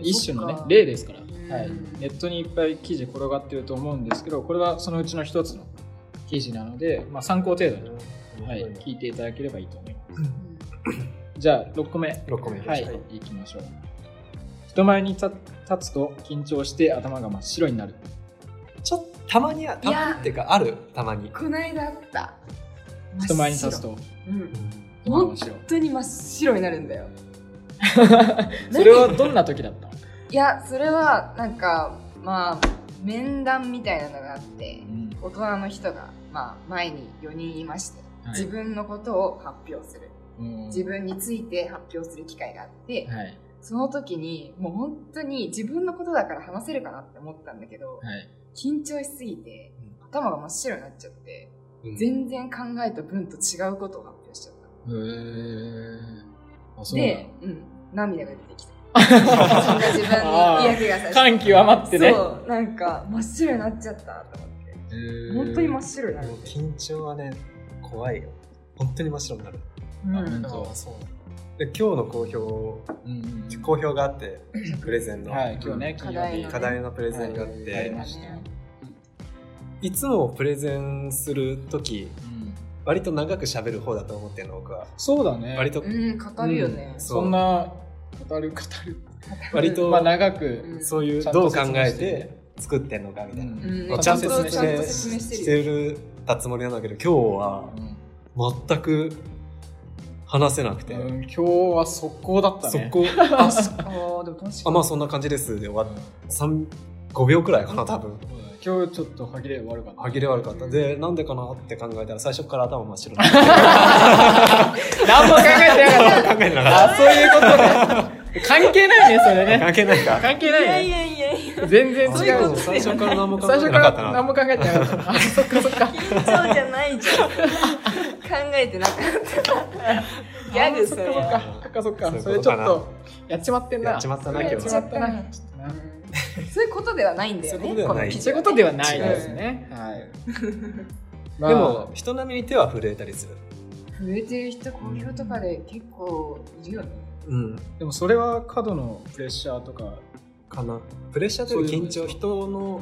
B: 一種の
C: そ
B: ね
C: っか
B: 例ですから、
C: ん
B: はい、ネットにいっぱい記事転がってると思うんですけどこれはそのうちの一つの記事なので、まあ、参考程度に、はい、聞いていただければいいと思います
C: うん
B: じゃあ6個目
A: 6個目
B: はい、い、きましょう人前に立立つと緊張して頭が真っ白になる
A: ちょっとたまにはたまにっていうかあるたまに
C: こないだあった
B: 人前に立つと
C: うん
B: 頭が真っ白
C: 本当に真っ白になるんだよ
B: それはどんな時だったの、
C: いやそれはなんかまあ面談みたいなのがあって大人の人が、まあ、前に4人いまして、
B: はい
C: 自分のことを発表する
B: うん
C: 自分について発表する機会があって、
B: はい
C: その時にもう本当に自分のことだから話せるかなって思ったんだけど
B: はい。
C: 緊張しすぎて
D: う
C: 頭が真っ白になっちゃって
D: うん
C: 全然考えた文と違うことを発表しちゃった
B: へー。あ、そうな
C: で
B: の、
C: うん、涙が出てきたそんな自分に嫌気がさして
B: 感極まってね。
C: そうなんか真っ白になっちゃったと思って
B: へー
C: 本当に真っ白にな
A: で
C: る
A: も緊張はね、怖いよ。本当に真っ白になる。
C: うん
B: あ本
D: あ
B: 当
D: あそうなんだ
A: で今日の好評、
B: うんうんうん
A: 好評があって、プレゼンの。
B: はい、今日ね、金曜日
C: 課
A: 課題のプレゼンがあっ
B: はいやり
A: て、
B: ました。
A: い、つもプレゼンするとき、割と長く喋る方だと思ってるの、僕は。
B: そうだね。
A: 割と、
C: うん語るよね、
A: うん
B: そんな語る語る。
A: 割と、
B: まあ長く。
C: うん
A: そういう、
B: ちゃん
A: ど
B: と
A: う考
B: 説明
A: え
B: してね
A: て作ってんのかみたいな。
C: うん
A: まあ
C: ちゃん
A: ち
C: と
A: ゃんと
C: ちゃんと説明
A: し
C: しててるよ
A: るたつもりなんだけど今日は全く話せなくて、
B: うんうん今日は速攻だった
A: 速
B: ね。
A: 攻
C: あそあーでも確かに
A: あまあそんな感じですで終わっ
B: うん
A: 三5秒くらいかな多分
B: 今日ちょっと歯切れ悪かった。
A: 歯切れ悪かったでなんでかなって考えたら最初から頭真っ白 考
B: 何も考えてなかった。
A: えてなかっ
B: あ、そういうことね。関係ないね、そ
A: た
B: れ ね。
A: 関係ないか
B: 関係
C: い
B: ない
C: やい
B: ね。
C: やいやいや
B: 全然
A: そう
B: 違う。
A: 最初から何も考
B: 最
A: えて
B: 初
A: なか
B: か
A: った
B: ら何
A: な
B: も考えてなかった。あ、そっかそっか。
C: 緊張じゃないじゃん 考えてなかったギャグそれ
B: そっかそっかそ
A: そういう
B: っか。そ
A: こと
B: れちょ
A: か
B: っ
A: な
B: とやっちまってんな。
A: やっちまったな
C: 今日
B: やっちまったな。
C: やっ
B: ちょっとな
C: そういうことではないんだよね
A: そういうことではない
C: の記
B: そ
C: 事
B: ういうことではないですね。はい。 まあ
A: でも、人並みに手は震えたりする
C: 震えてる人好評とかで結構いるよね
A: うん
B: でもそれは過度のプレッシャーとか。
A: かなプレッシャーというより緊
B: そう
A: 張
B: いう
A: 人の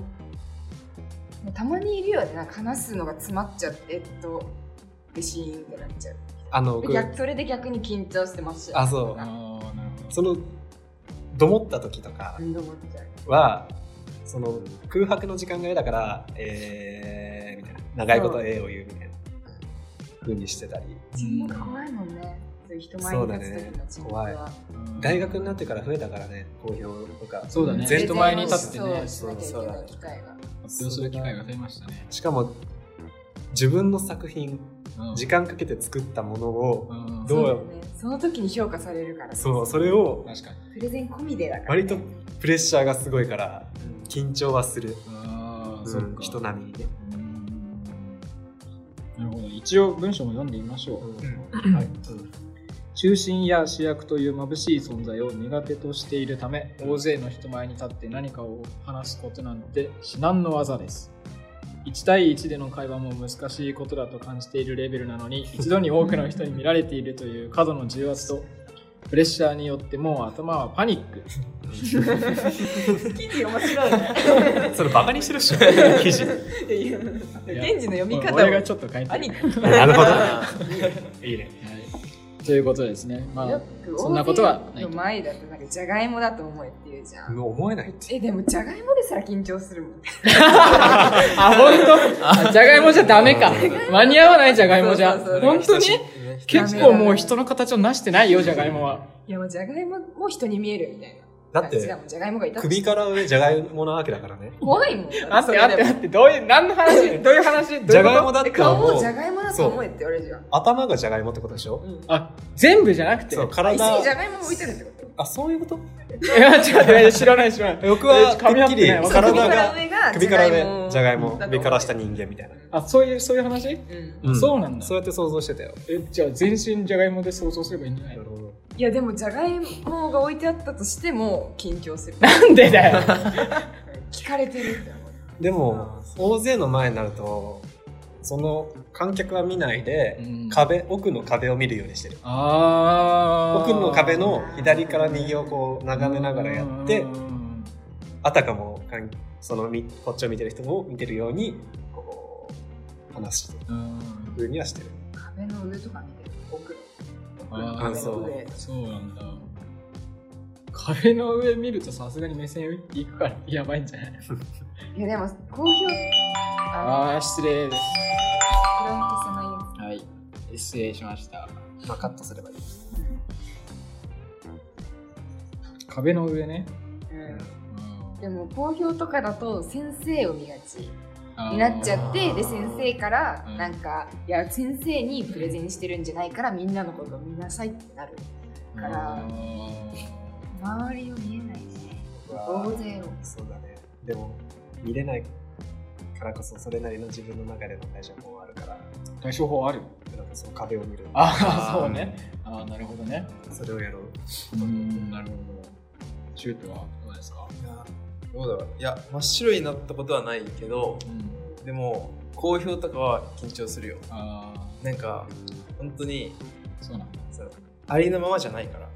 C: たまにいるよねなんか話すのが詰まっちゃってえっとでシーンってなっちゃう
A: あの僕
C: 逆それで逆に緊張してます
A: あそう
B: ああ、なるほ
A: そのどもった時とか
C: 運動もってちゃう
A: はその空白の時間が嫌だからえー、みたいな長いこと
C: うん
A: えーを言うみたいな風にしてたり
C: 沈黙怖いもんねそういう人前に立つ時の沈黙
A: そうだ
C: は
B: ど。
A: 大学になってから増えたからね公表とか
B: そうだね
A: 全
B: 前
A: 途
B: 途
A: 前
B: 前
A: に
B: に
A: 立
B: 立
A: っ
B: ってて
C: そう
B: ね
C: しなきゃいけない機会が
B: 発表する機会が増えましたね。
A: しかも自分の作品
B: うん
A: 時間かけて作ったものを
B: うん
A: どう
C: そうだねその時に評価されるから
A: そうそれを
B: 確かに。
C: プレゼン込みでだから
A: 割とプレッシャーがすごいから緊張はする、
B: ああ、
A: う
B: そっ
A: ん、
B: か。
A: 人並みにね、
B: うんなるほど。一応文章も読んでみましょう。
A: うんはいうん
B: 中心や主役という眩しい存在を苦手としているため大勢の人前に立って何かを話すことなんて至難の技です1対1での会話も難しいことだと感じているレベルなのに一度に多くの人に見られているという過度の重圧とプレッシャーによってもう頭はパニック
C: 記事面白いね
A: それバカにしてるっしょ 記事
C: いや現地の読み方
B: 俺が
C: を
B: ちょっと書いて
C: 兄
B: る、
C: 貴
A: なるほどいいね
B: はい、ということですねまあ
C: よく
B: そんなことはな
C: 大勢
B: い
C: の前だとなんかじゃがいもだと思えっていうじゃん
A: もう思えないって
C: えでもじゃがいもですら緊張するもん
B: あ本当じゃがいもじゃダメか間に合わないじゃがいもじゃ
C: そうそうそう
B: 本当に
D: ね
B: 結構もう人の形をなしてないよじゃがいもはい
C: やもうじゃ がいもも人に見えるみたい
A: だ
C: な
A: っ
C: 感じだ
A: て
C: もんじゃがいもがいたとして
A: 首から上じゃがいもなわけだからね
C: 怖いもんだ
B: あってあってあってどういう何の話どういう話
A: じゃがいも
B: だ
A: だっ
C: え
A: て
C: 顔
A: も
C: を
A: う
C: じゃがいもだと思えって言われるじゃん
A: 頭がじゃがいもってことでしょ
B: あ全部じゃなくて
A: そう
C: あ椅子にじ
A: 体
C: ゃがいも置いてるってこと
A: あそういうこと
B: いや違う違う知らない知らない
A: 僕は
B: 噛み
A: て
B: 合
A: っ
B: っ
A: き
B: て
A: り
B: ない
A: 体
C: 首から
A: が
C: 上が
A: 首から上じゃがい
C: だと
A: も
C: 思う
A: 上から下人間みたいな
B: あそういうそういう話
C: うん
A: うん
B: そうなんだ
A: そうやって想像してたよ
B: えじゃあ全身じゃがいもで想像すればいいんじゃない
A: ほど
C: いやでもじゃがいもが置いてあったとしても緊張する
B: なんでだよ
C: 聞かれてるって思う
A: でも大勢の前になるとその観客は見ないで
B: うん
A: 壁奥の壁を見るようにしてる
B: あ
A: 奥の壁の左から右をこう眺めながらやってあたかもかんそのみこっちを見てる人を見てるようにこう話してる風にはしてる
C: 壁の上とか見てる奥
B: あ
A: ーそう
C: 壁の上
B: そうなんだ壁の上見るとさすがに目線いくからやばいんじゃない
C: いやでも好評あ
B: ああ失礼です
C: あフラン消さないや
B: はい失礼しました
A: まあカットすればいい
B: 壁の上ね
C: つでも好評とかだと先生を見がちになっちゃってで先生から
B: うん
C: なんか、いや先生にプレゼンしてるんじゃないからみんなのことを見なさいってなる
B: 生
C: から周りを見えないし大勢を
A: そうだねでも見れないからこそそれなりの自分の中での対処法はあるから
B: 対処法ある
A: なんかその壁を見る
B: ああ、そうね。ああ、なるほどね。
A: それをやろう
B: うん、なるほど。シュートはどうですか
D: いやどうだろういや真っ白になったことはないけど
B: うん。
D: でも公表とかは緊張するよ
B: ああ、
D: なんか本当に
B: そうなんだ。
D: そうありのままじゃないから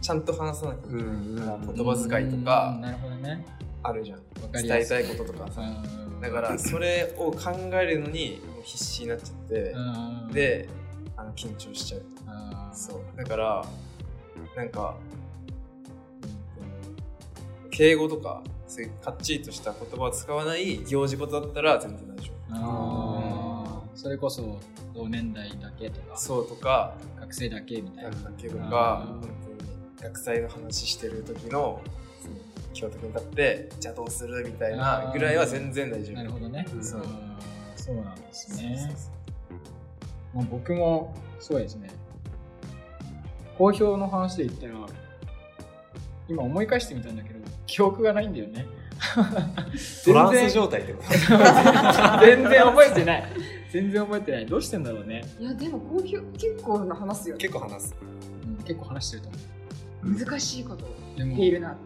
D: ちゃんと話さなきゃいけないから言葉遣いと
B: うん
D: か
B: なるほどね。
D: あるじゃん
B: わかり
D: 伝
B: や
D: え
B: すい。
D: たいこととかさ
B: うん
D: だからそれを考えるのにもう必死になっちゃって
B: うん、
D: であの緊張しちゃう
B: あー
D: そうだからなんかうん敬語とかそういうかっちりとした言葉を使わない行事事だったら全然大丈
B: あーそれこそ同年代だけとか
D: 夫そうとか
B: 学生だけみたい
D: な
B: なん
D: か敬語が
B: う
D: 本
B: ん
D: 当に学祭の話してる時のその教督に立ってじゃあどうするみたいなぐらいは全然大丈
B: なる
D: 夫
B: ほどね
D: うん
B: そうそうなんです
D: そう
B: ね
D: そう
B: まあ僕もそうですね公表の話で言ったら今思い返してみたんだけど記憶がないんだよ ね
A: ト
B: 全
A: ラン
B: 然
A: ス状態ってこと
B: 全然覚えてない全然覚えてないどうしてんだろうね、
C: いやでもこういう結構な話すよね
A: 結構話す
B: うん結構話してると思う
C: 難しいことを
B: で
C: 言
B: も
C: っているな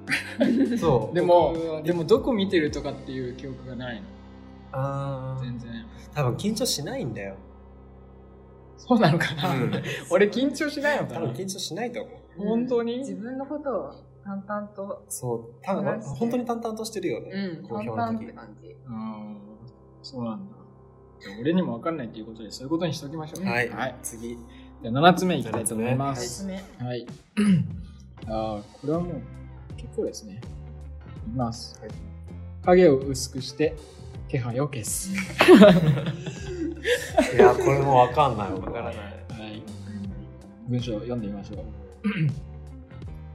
A: そ
B: でもでもどこ見てるとかっていう記憶がないの
A: あ
B: 全然
A: 多分緊張しないんだよ、
B: そうなのかな、
A: うん
B: 俺緊張しないの
A: 多
B: か
A: 分
B: な
A: 緊張しないと思う
B: 本当に、
C: 自分のことを淡々と
A: そう多分
C: 話して
A: 本当に淡々としてるよ
C: う
A: ね、
C: ん
A: 公
C: 淡
A: 表の
C: 々って
A: 時
C: 感じ
B: うんそうなんだじゃあ俺にも分かんないということでそういうことにしておきましょう
A: はい、
B: はい、
A: 次
B: じゃあ7つ目いきたいと思いま
C: 二つ
B: す
C: 目
B: はい あーこれはもう結構ですねいきます、
A: はい
B: 影を薄くして気配を消す、
A: いやこれもわかんないわ
D: わからない
B: はい、文章を読んでみましょう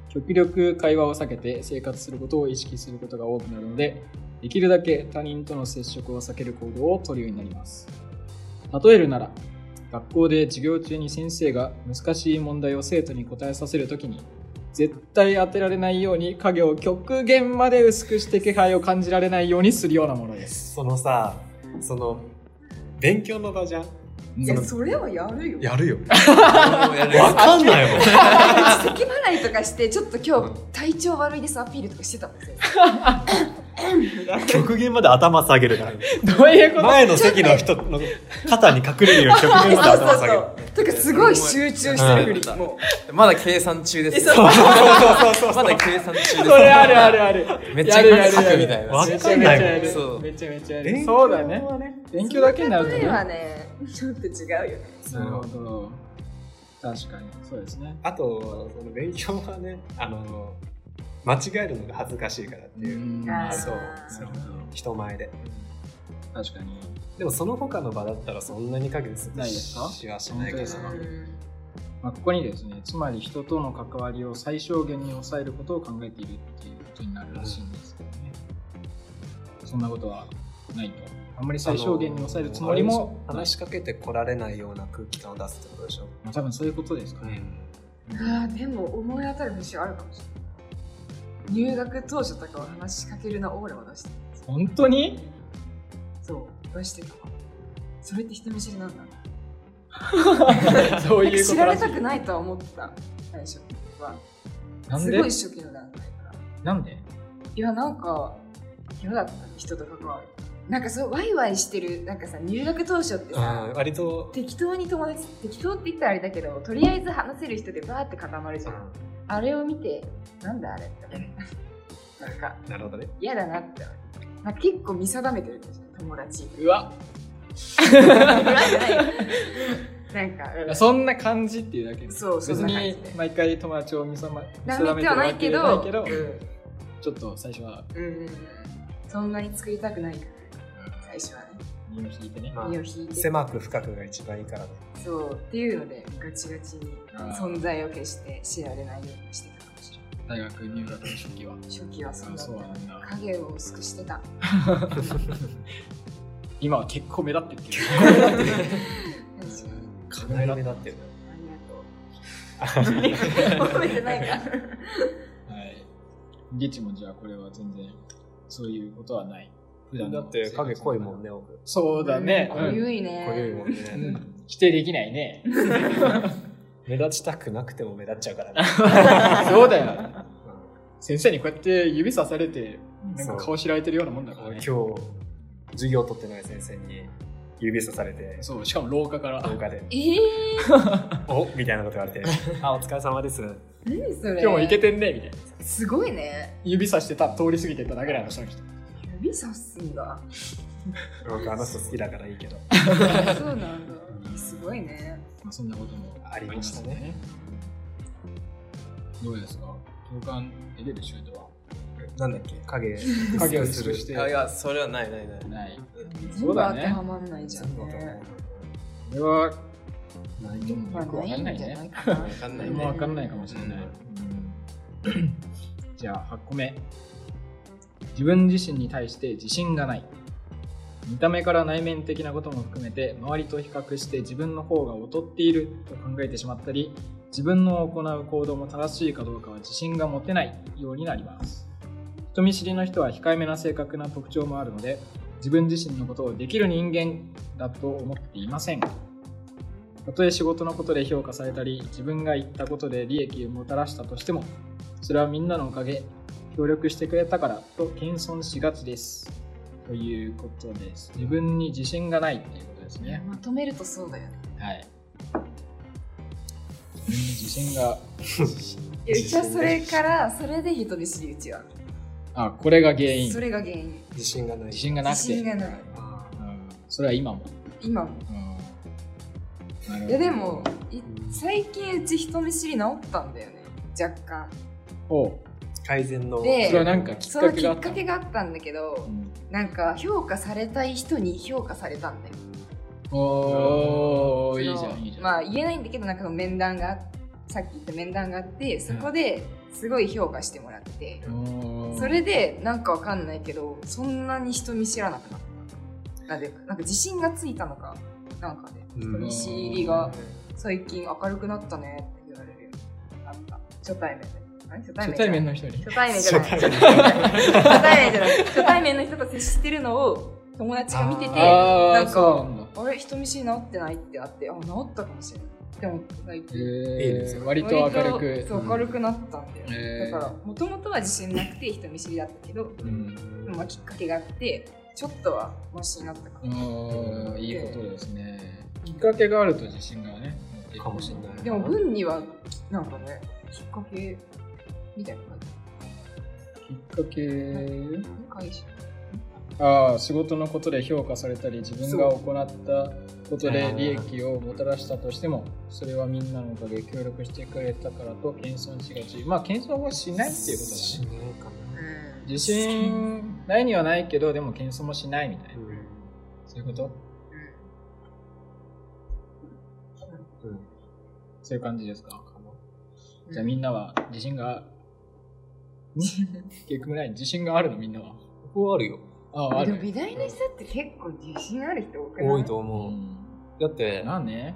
B: 極力会話を避けて生活することを意識することが多くなるのでできるだけ他人との接触を避ける行動をとるようになります例えるなら学校で授業中に先生が難しい問題を生徒に答えさせるときに絶対当てられないように影を極限まで薄くして気配を感じられないようにするようなものです
A: そのさその勉強の場じゃん
C: いやそれはやるよ
A: やるよ
D: もうやる
A: わかんないもん
C: 咳払いとかしてちょっと今日体調悪いですアピールとかしてたもん先生
A: 極限まで頭下げるから
B: どういうこと
A: 前の席の人の肩に隠れるように極
C: そう
A: 限まで頭
C: そう
A: 下げる
C: そうとかすごい集中してるふり
D: うん
C: も
D: まだ計算中です
C: え
D: よ
C: そ
A: そうそうそうそ
D: ま
A: う
D: だ計算中です
B: それあるあるある
D: めっちゃ書くみたいな
A: わ
B: め
A: か
B: ちゃ
A: ん
B: めち
A: な
B: ゃ
A: いもん
B: やる
D: そう
B: めちゃめちゃや
A: 勉
B: る
A: 強は
B: そうだね勉強だけになると
C: それ
B: ね
C: はねちょっと違うよね
B: なるほど。確かに、そうですね。
A: あとその勉強はねあの間違えるのが恥ずかしいからっていう、
C: あー
A: そう
B: なるほど。
A: 人前で
B: 確かに。
A: でもその他の場だったらそんなに影です
B: ないですか
A: しはしないか
B: 本当で
A: ら
B: す
A: な
B: か
C: うん
B: まあ、ここにですね、つまり人との関わりを最小限に抑えることを考えているっていうことになるらしいんですけどね。そんなことはないと。あんまり最小限に抑えるつもりも
A: あの
B: ない
A: 話しかけてこられないような空気感を出すってことでしょ、
B: まあ、多分そういうことですか
A: う
B: ね。
C: あーでも思い当たる節はあるかもしれない入学当初とかは話しかけるなオーラを出して
B: 本当 に
C: そう出してたわそれって人見知りなんだ
B: そう
C: なん
B: い
C: か
B: うこ
C: 知
B: と
C: ら
B: ら
C: れ
B: しい
C: たくないとは思ってた最初は
B: なん
C: す
B: で
C: ごい初期の段階から
B: なんで
C: いやなんか嫌だった人と関わるなんかそうワイワイしてるなんかさ入学当初って
A: ん
C: さ
A: 割と、
C: 適当に友達適当って言ったらあれだけどとりあえず話せる人でバーって固まるじゃんあれを見てなんだあれって思ったなんか
A: なるほどね
C: 嫌だなって思うなんか結構見定めてるんですよ友達
B: うわ
C: なんかなんかう ん
B: そんな感じっていうだけです。
C: そうそ
B: 別
C: んな感じ
B: に
C: で
B: 毎回友達を見定め見
C: な
B: 定
C: め
B: め
C: て
B: て
C: は
B: る
C: な
B: わ
C: いけ
B: け
C: ど
B: ないけど
C: うん、
B: ちょっと最初は
C: うんうんうんそんなに作りたくない最初はね
B: 身を引いてね。
A: まあ
C: 身を引いて
A: 狭く深くが一番いいからね
C: そうっていうのでガチガチに
B: あー
C: 存在を消して知られないようにしてたかもしれない
B: 大学入学の初期は。
C: 初期はそん
B: あ
C: な
B: そうなんだ。
C: 影を薄くして た
B: 今は結構目立ってるけど。
C: 確かに
A: かなり目立ってる
C: ありがとう褒めてないか
B: はい。リチもじゃあこれは全然そういうことはない。普段
A: だ
B: の
A: って影濃いもん
B: ね。
A: ね、奥。
B: そうだね。
C: うんゆいね。
D: 濃いもん
B: う
D: ね。
B: ん否定できない ね。
A: 目立ちたくなくても目立っちゃうからね。
B: そうだよ。先生にこうやって指さされて、なんか顔知られてるようなもんだから
A: 今
B: ね
A: 日。、授業取ってない先生に指さされて、
B: そう、しかも廊下から。
A: 廊下で、
C: ええ
A: おみたいなこと言われ て、あ、お疲れ様です。
C: ー、何それ。
B: 今日もいけてんね、みたいな。
C: すごいね。
B: 指さしてた、通り過ぎてっただけなの、その人。
C: 指さすん だ。
A: 僕あの人好きだからいいけど。
C: そうなんだ。すごいね。
B: まあ、そんなことも
A: ありましたね
B: ありましたね。どうですか教官で出るシュートは
A: なんだっけ影、
B: 影を薄くして
D: あいや、それはないないない。
B: ない。そう
C: 全部
B: だ
C: 当
B: ね
C: てはまんないじゃ
A: 全
C: ん
A: 部だと思
C: ね
A: う。
B: これは、ないと思う。
C: まあ
B: よくわかんない
C: ないんじゃな
B: ね
C: い。かな
D: わかんな
B: 何
D: い
B: も
D: ね
B: わ。かんないかもしれない。
D: う
B: う
D: ん
B: ん じゃあ、8個目。自分自身に対して自信がない。見た目から内面的なことも含めて周りと比較して自分の方が劣っていると考えてしまったり自分の行う行動も正しいかどうかは自信が持てないようになります人見知りの人は控えめな性格な特徴もあるので自分自身のことをできる人間だと思っていませんたとえ仕事のことで評価されたり自分が言ったことで利益をもたらしたとしてもそれはみんなのおかげ協力してくれたからと謙遜しがちですということです自分に自信がないっていうことですね
C: まとめるとそうだよね。
B: はい自分に自信が
C: いやうちはそれから、それで人見知りうちは。
B: あこれが原因
C: それが原因。
A: 自信がない
B: 自。信がな
C: 自
B: くて
C: 信がない。
A: あ
B: うんそれは今も、
C: 今も。
B: なるほど
C: いやでも、い最近うち人見知り治ったんだよね。若干。
B: ほ
A: ー改善の。
B: う
C: で
B: それはなんかきっ
C: そ
B: か
C: の
B: け
C: き
B: があ
C: っ
B: った
C: か
B: の
C: けがあったんだけど
B: う、ん
C: なんか評価されたい人に評価されたんだよ。
B: お
C: そ
B: ーい
C: の
B: いじゃんいいじゃん
C: まあ言えないんだけど、なんかその面談が、さっき言った面談があって、そこですごい評価してもらって、
B: おー
C: それでなんかわかんないけど、そんなに人見知らなくなった。なんで、なんか自信がついたのか、なんかね、
A: うん
C: 見知りが最近明るくなったねって言われるよ。あった。初対面で。あれ初対
B: 初対
C: 面じゃない
B: 面の人に
C: 初対面じゃない。初対面じゃない。初対面の人と接してるのを友達が見てて、あ
B: あ
C: な
B: あ
C: んか
B: そうなんだ
C: れ、人見知り治ってないってあって、あ、治ったかもしれない。って思って最
B: え
C: 近。
A: いいです
B: ー
A: よ
B: 割と明るく
C: 割とそう明るくなったんだよ、
B: へー
C: だからもともとは自信なくて人見知りだったけど、
B: うん
C: まあ、きっかけがあってちょっとはマシになったかな、
B: おーいいことですねきっかけがあると自信がね
A: かもしれない。
C: でも文にはなんかねきっかけみたいな感じ
B: きっかけ
C: 会社
B: ああ仕事のことで評価されたり自分が行ったことで利益をもたらしたとしてもそれはみんなのおかげ協力してくれたからと謙遜しがちまあ謙遜はしないっていうこと
A: し
B: だね
A: ないかな。
C: う
B: 自信ないにはないけどでも謙遜もしないみたいなそういうこと
A: うんうん
B: そういう感じですか
C: ん
B: じゃあみんなは自信が結局ない自信があるのみんなは
A: 僕はあるよ。
B: あああ
C: でも
B: る
C: 美大の人って結構自信ある人多くない
A: 多いと
B: う
A: 思う。
B: ん
A: だって、
B: まあね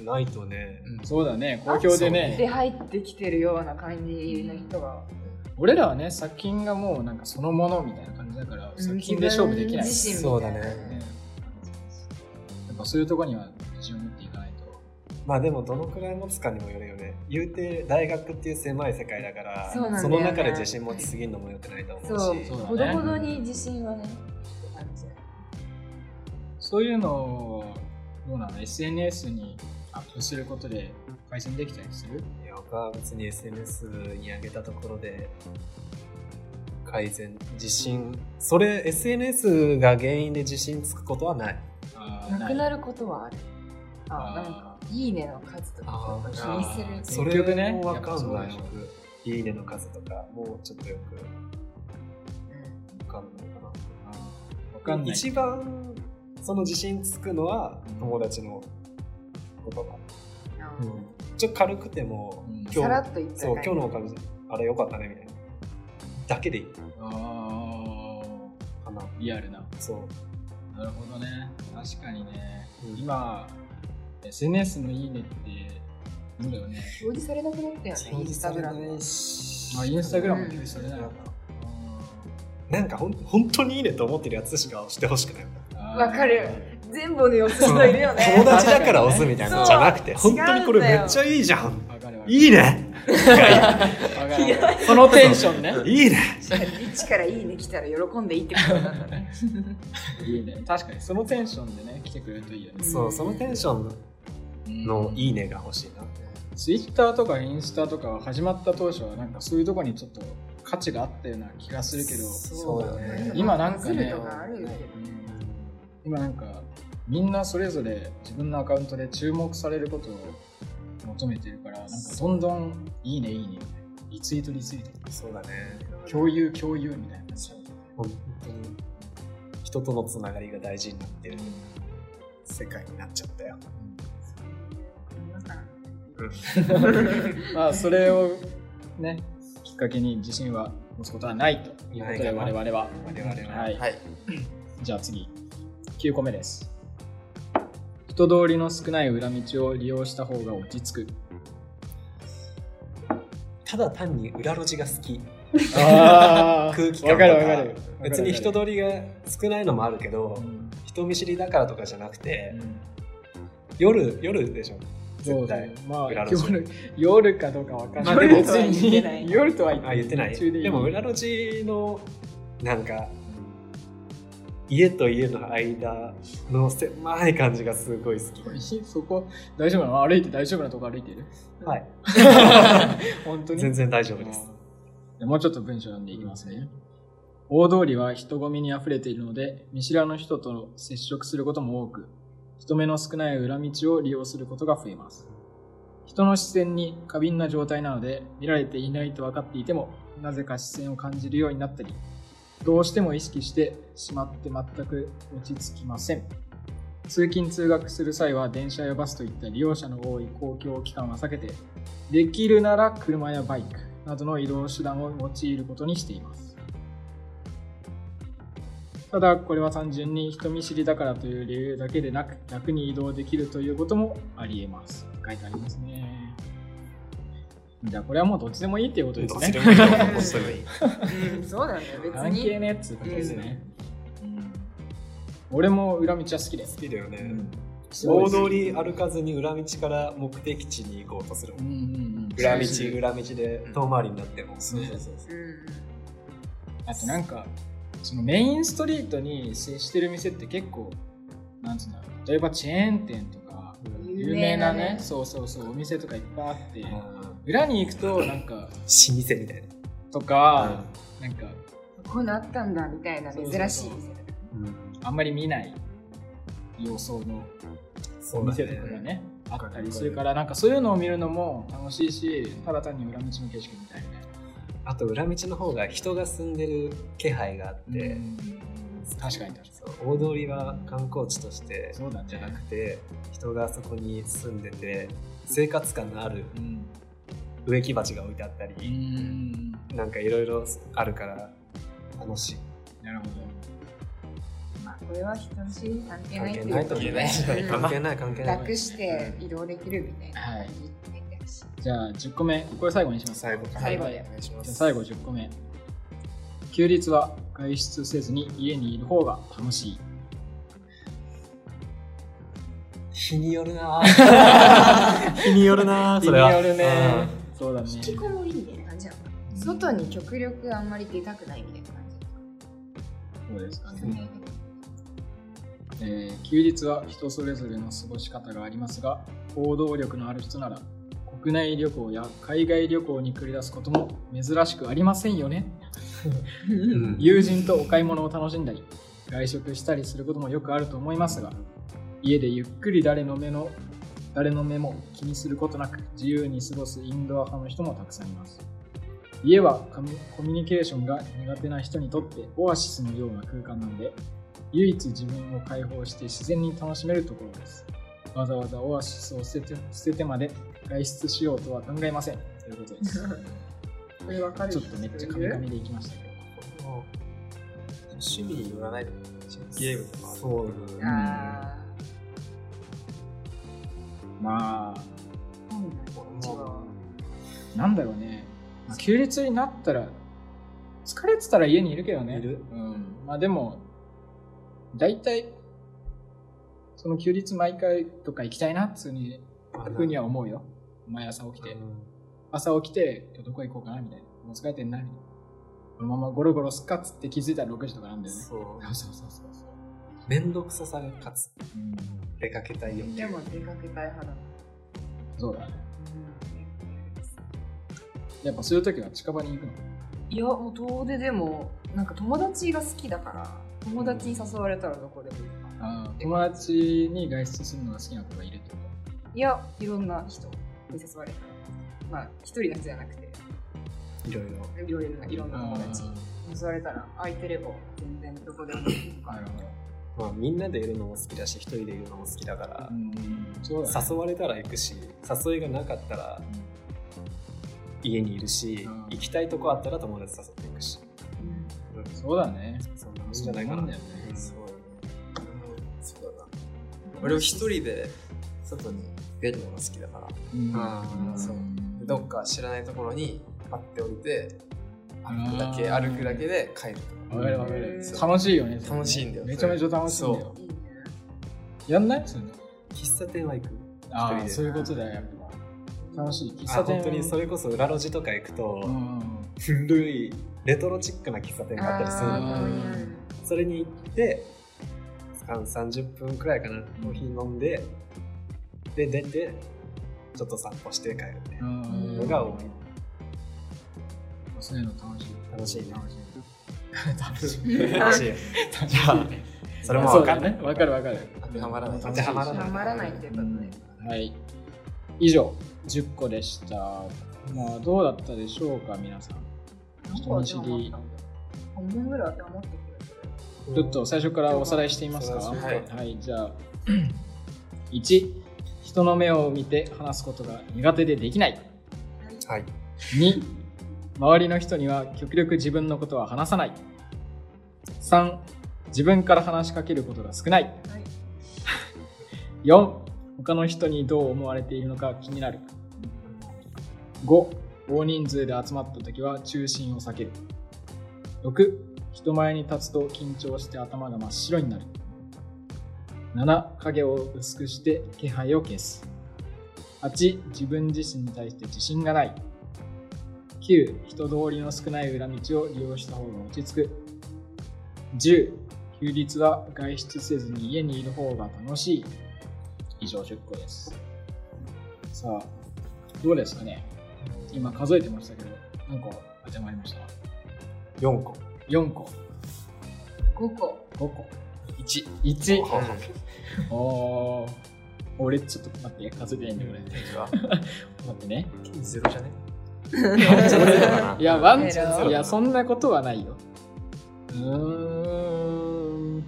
B: うん
A: ないとね、
B: そうだね好評でね
C: で入ってきてるような感じの人が
B: 俺らはね作品がもうなんかそのものみたいな感じだから作品で勝負できない、
C: 自分自身
A: そうだ
B: うん
A: ね。
B: やっぱそういうとこには自信を持っていかない
A: まあでもどのくらい持つかにもよるよね。言うて大学っていう狭い世界だから、
C: そうなんだよね
A: の中で自信持ちすぎるのも良くないと思
C: そう
A: うし。
B: そうだね
C: ほどほどに自信はねって感じ
B: とそういうのをどうなの SNS にアップすることで改善できたりする
A: いや僕は別に SNS に上げたところで改善自信それ SNS が原因で自信つくことはない
B: あー
C: なくないることはある。あ、なんか
B: あ、
C: いいねの数とか
A: あー
C: 気にする。
A: そ
B: 結
A: れ
B: 局ね
A: も分かんな
B: やっぱそうで
A: い
B: しょ
A: 僕いいねの数とかもうちょっとよく分かんないか
B: あーわかんない
A: 一番その自信つくのは友達の言葉、
C: うん
A: ちょっと軽くても、
B: うん
C: さら
A: 今
C: っと言った
A: 日
C: ら
A: そう今日のおかげであれよかったねみたいなだけでいい
B: あ
A: かな
B: ーリアルな
A: そう
B: なるほどね確かにね、
A: うん
B: 今 SNS のいいねってそうだよね。
C: 表示されなくなったよね、インスタグラム。
A: し
B: まあ、インスタグラムも表示されないのか。
A: なんかほん本当にいいねと思ってるやつしか押してほし くない
C: わ
B: わ
C: かる。全部の様子人いるよね。
A: 友達 だから押すみたいなのじゃなくて
C: そう
A: 本当にこれめっちゃいいじゃん
B: わかるわかる。
A: いい ね
B: わか
C: い
B: る
C: や
B: わかる。そのテンション ね。
A: いいね
C: リッチからいいね来たら喜んでいいってことなんだね。
B: いいね。確かに、そのテンションでね、来てくれるといいよね。
A: そうそのテンションのいいねが欲しいな
B: ツイッターとかインスタとかは始まった当初はなんかそういうとこにちょっと価値があったような気がするけど、
A: そうだね
B: 今なんかね
C: バズるとかあるけど
B: 今なんかみんなそれぞれ自分のアカウントで注目されることを求めてるからなんかどんどんいいねいいねリツイートリツイート
A: そうだね
B: 共有共有みたいな
A: 本当に人とのつながりが大事になってる世界になっちゃったよ
B: まあそれをねきっかけに自信は持つことはないということ
A: な
B: で我
A: いか
B: 々は
A: 我々は
B: はい
D: はい。
B: じゃあ次9個目です人通りの少ない裏道を利用した方が落ち着く
A: ただ単に裏路地が好き
B: あ
A: 空気感
B: わ
A: と
B: かるわかる
A: 別に人通りが少ないのもあるけど
B: うん
A: 人見知りだからとかじゃなくて夜夜でしょ
B: そう
A: 絶
B: だよ
A: 対
B: まあ
A: 裏路地
B: 夜夜かどうかわかんない、
A: まあでも
B: 別に
C: 夜とは
B: 夜とは言
C: 言ってない
B: って
A: あ言ってない
B: 途中でいい
A: でも裏路地のなんか家と家の間の狭い感じがすごい好き
B: そこ大丈夫なの歩いて大丈夫なとこ歩いてる
A: はい
B: 本当に
A: 全然大丈夫です
B: でもうちょっと文章読んでいきますね。大通りは人混みに溢れているので、見知らぬ人と接触することも多く、人目の少ない裏道を利用することが増えます。人の視線に過敏な状態なので、見られていないと分かっていても、なぜか視線を感じるようになったり、どうしても意識してしまって全く落ち着きません。通勤通学する際は電車やバスといった利用者の多い公共機関は避けて、できるなら車やバイクなどの移動手段を用いることにしていますただこれは単純に人見知りだからという理由だけでなく楽に移動できるということもありえます書いてありますねじゃあこれはもうどっちでもいいっていうことです
A: ど
B: ね
A: っちでもいいよどっちでもいい
C: うんそうなんだよ、別
B: 関係
C: に。
B: ねえっつうことですね、俺も裏道は好きです
A: 好きだよね、
B: すご
A: 大
B: い好き
A: 通り歩かずに裏道から目的地に行こうとする
B: うんうんうん
A: 裏道裏道で遠回りになっても、
B: そうそうそうそう
C: うん
B: あとなんかそのメインストリートに接してる店って結構なんつうんだろう例えばチェーン店とか有名なね。そうそうそうお店とかいっぱいあって、
A: うん
B: 裏に行くとなんか
A: 老舗みたいな、
B: とか、なんか
C: こういうのあったんだみたいな珍しい
B: そうそうそ
C: 店
B: うあんまり見ない様相の
A: そ
B: お
A: うだ
B: 店とかが
A: ね
B: ねあったりするからなんかそういうのを見るのも楽しいしただ単に裏道の景色みたいなね
A: あと裏道の方が人が住んでる気配があって、
B: うん確かに確かに
A: そう大通りは観光地として
B: そうだね
A: じゃなくて人がそこに住んでて生活感のある
B: うん
A: 植木鉢が置いてあった
B: う
A: り、
B: ん
A: なんかいろいろあるから楽しい
B: なるほど
C: まあ、これは人の知り関係な
A: 関
C: い
A: 係
C: って
A: ないと
C: い
A: 思う
C: う
A: ね
C: うん
A: 関係ない関係ない
C: 楽して移動できるみたいな。
B: はい
C: 言ってたし
B: じゃあ10個目これ最後にします
A: 最後か
C: 最後
A: お
C: で。
A: 願いしま
B: じ
A: す
B: ゃあ最後10個目休日は外出せずに家にいる方が楽しい
A: 日によるなぁ日によるなぁそれは
B: 日によるねそうだね
C: 引きこもりみたいな感じなのかな外に極力あんまり出たくないみたいな感
B: そうですか
C: じ。
B: ね、えー休日は人それぞれの過ごし方がありますが行動力のある人なら国内旅行や海外旅行に繰り出すことも珍しくありませんよね
A: うんうん
B: 友人とお買い物を楽しんだり外食したりすることもよくあると思いますが家でゆっくり誰の目の誰の目も気にすることなく自由に過ごすインドア派の人もたくさんいます家はカミコミュニケーションが苦手な人にとってオアシスのような空間なので唯一自分を解放して自然に楽しめるところですわざわざオアシスを捨てて捨ててまで外出しようとは考えませんということです
C: これわかる
B: ちょっとめっちゃカミカミでいきましたけど
D: 趣味によらないと思うゲームとかは
A: そう
C: あ
B: まあ
C: ー
A: ね
B: なんだろうね、まあ、休日になったら疲れてたら家にいるけどね
A: いる
B: うん、まあでも大体その休日毎回どっか行きたいなっつうにふうには思うよ毎朝起きて朝起きて今日どこ行こうかなみたいなもう疲れてんなみたいなこのままゴロゴロすっかっつって気づいたら6時とかなんだよね
D: そう
B: そうそうそうそう
A: めんどくささが勝つ
B: うん
A: 出かけたいよ
C: でも出かけたい派だもん。
B: そうだね
C: うん
B: やっぱそういう時は近場に行くの
C: いや、もう遠出でも、なんか友達が好きだから、友達に誘われたらどこでも行くかな。
B: あー友達に外出するのが好きな子がいるってこ
C: いや、いろんな人に誘われた。まあ、一人の人じゃなくて、
A: いろいろ
C: いろいろな、いろんな友達
B: う
C: に
B: ん
C: 誘われたら、空いてれば全然どこでも行く
B: と
C: から。
B: ほど
A: まあみんなでいるのも好きだし一人でいるのも好きだから、
B: うんそうだね
A: 誘われたら行くし誘いがなかったら家にいるし、
B: うん
A: 行きたいとこあったら友達誘っていくし、
C: うん
B: そうだね
A: そんな話じゃないかな、
B: そうなんだよね
A: うん
D: そうそうだな俺は一人で外に出るのが好きだから
B: うん
A: うん
D: そうでどっか知らないところにパッて降りて歩くだけ
B: あー
D: 歩くだけで帰ると
B: わかるわかる
C: うん
B: 楽しいよね
D: 楽しいんだよ
B: めちゃめちゃ楽しいんだよ
C: いいね。
B: やんないそれ
A: 喫茶店は行く一人
B: あー
A: で
B: そういうことだよやっぱ楽しい喫
A: あ
B: 茶店
A: 本当にそれこそ裏路地とか行くと、
B: うん
A: 古いレトロチックな喫茶店があったりする
C: あ
A: の
C: ーたまにある
A: それに行って30分くらいかなコーヒー飲んでで出てちょっと散歩して帰るみたいな
B: うん
A: のが多い
B: そういうの楽しい
A: 楽しいね
B: 楽しい楽しい
A: 楽しいよ
B: じゃあ
A: それも分か
B: る
A: る
B: ねわかるわかる
D: 当てはまらない
A: 当てはまらない
C: はまらないって言ったね。
B: はい。以上、10個でした。まあ、どうだったでしょうか、皆さん。
C: 何個当てはまったんだろう半分ぐらい当てはまった気がする。
B: ちょっと最初からおさらいしていますか
D: そうです
B: は
D: ね
B: い、じゃあ、1、人の目を見て話すことが苦手でできない。
A: はい
B: 2、周りの人には極力自分のことは話さない。3、自分から話しかけることが少ない。
C: はい
B: 4他の人にどう思われているのか気になる5大人数で集まった時は中心を避ける6人前に立つと緊張して頭が真っ白になる7影を薄くして気配を消す8自分自身に対して自信がない9人通りの少ない裏道を利用した方が落ち着く10休日は外出せずに家にいる方が楽しい以上10個ですさあどうですかね今数えてましたけど何個当てまりました
D: 4個
B: 4個
C: 5個。
B: 5個
D: 1
B: 1
D: は
B: おー俺ちょっと待って数えてないんだよ俺待ってね
D: ゼロじゃね
B: いやワンチ
C: ゼ
B: ャ
C: ロ
B: ンいやそんなことはないようーんう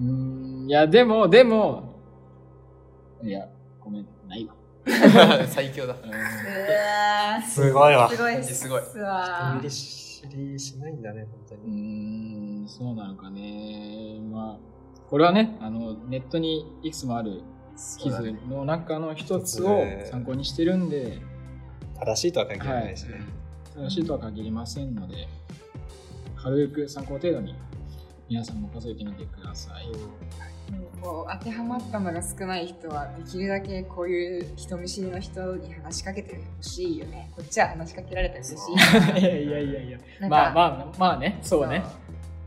B: ーんいやでもでもいやごめんないわ
D: 最強だ
B: うん
C: えー
A: すごいわ
C: すごいっ
D: すごい
C: わ
A: 見り知りしないんだね本当
B: うー
A: に
B: ん、そうなのかね。まあ、これはね、あの、ネットにいくつもある記事の中の一つを参考にしてるんで、
A: 正しいとは限らないしね
B: 正しいとは限りませんので、軽く参考程度に皆さんも数えてみてください。
C: こう当てはまったのが少ない人はできるだけこういう人見知りの人に話しかけてほしいよねこっちは話しかけられたら嬉しい
B: いやいやいやいや。
C: なんか
B: まあまあ、まあね、そうね。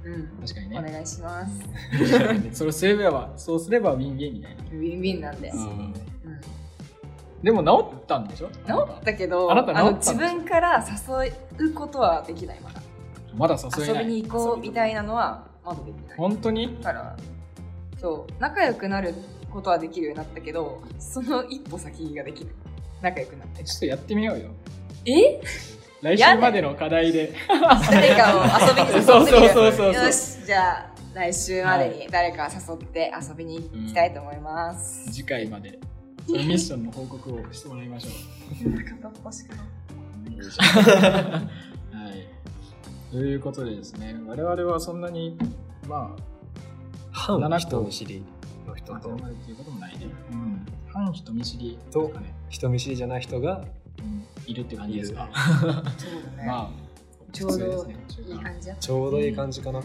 C: うん
B: 確かに
C: お
B: ね。
C: 願いします
B: それすれば、そうすればウィンウィンみたいな。
C: ウィンウィンなんで、うん、
B: でも治ったんでしょ
C: 治ったけど
B: あなた治った
C: の
B: んです
C: 自分から誘うことはできないまだ
B: まだ誘えな
C: 遊び
B: い。
C: に行こうみたいなのはまだできない
B: 本当に
C: だからそう仲良くなることはできるようになったけどその一歩先ができない仲良くなって
B: ちょっとやってみようよ。
C: え
B: 来週までの課題で。
C: 誰かを遊びに誘ってみる
B: そうそうそうそうそう
C: よしじゃあ来週までに誰か誘って遊びに行きたいと思います、
B: 次回までそのミッションの報告をしてもらいましょ
C: 片っ端から
B: う。 はい、ということでですね我々はそんなにまあ
A: 半
B: 7個
A: 人見知りの人
B: 当て
A: と
B: はまるっていうこともないね。うん。半人見知りとかね、
A: 人見知りじゃない人が
B: うん、いるって感じですか。
C: そうだね、
B: まあ、
C: ちょう
B: 普通です
C: ど
B: ね中
C: いい
B: 間
C: 感じだった
A: ちょうどいい感じかな、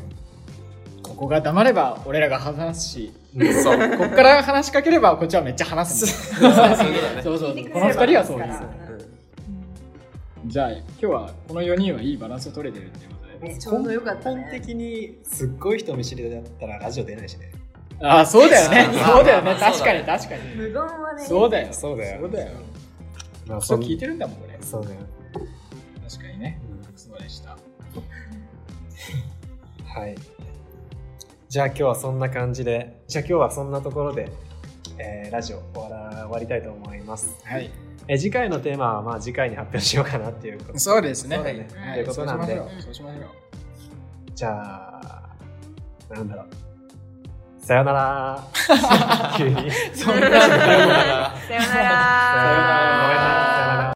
B: ここが黙れば俺らが話すし、
D: そう。
B: こっから話しかければこっちはめっちゃ話すんだよ。
D: そういうことだね。
B: そうそう
C: 聞
B: そ。
C: いうてく
B: こ
C: れ
B: の
C: れ
B: 二
C: ば
B: 人はそうで
C: です
B: す
C: か。ら
B: じゃあ、今日はこの4人はいいバランスを取れてるってことで。
C: ねちょうどよかったね
A: 根本的にすっごい人見知りだったらラジオ出ないしね
B: ああ、そうだよね。
D: まあ
B: そうだよ
D: まあ
B: ね。
D: まあ
B: 確かに確かに。
C: 無言はね
B: そうだよ。
A: そうだよ
B: そうだよ。
A: まあ
B: そ
A: そう
B: 聞いてるんだもん、これ。
A: そうだよ、
B: 確かにね。そうでした。
A: はいじゃあ今日はそんな感じでじゃあ今日はそんなところで、えーラジオ終わら終わりたいと思います、
B: はい。
A: えー次回のテーマはまあ次回に発表しようかなっていうこと
B: そうですね。
A: そう
B: は
A: だ
B: い
A: ね
B: はい
A: というこ
B: そ
A: と
B: うし
A: なん
B: まし
A: で
B: ょう。そうしましょう。
A: じゃあなんだろうさよな ら急に
B: そんな。
C: さよなら
A: さよなら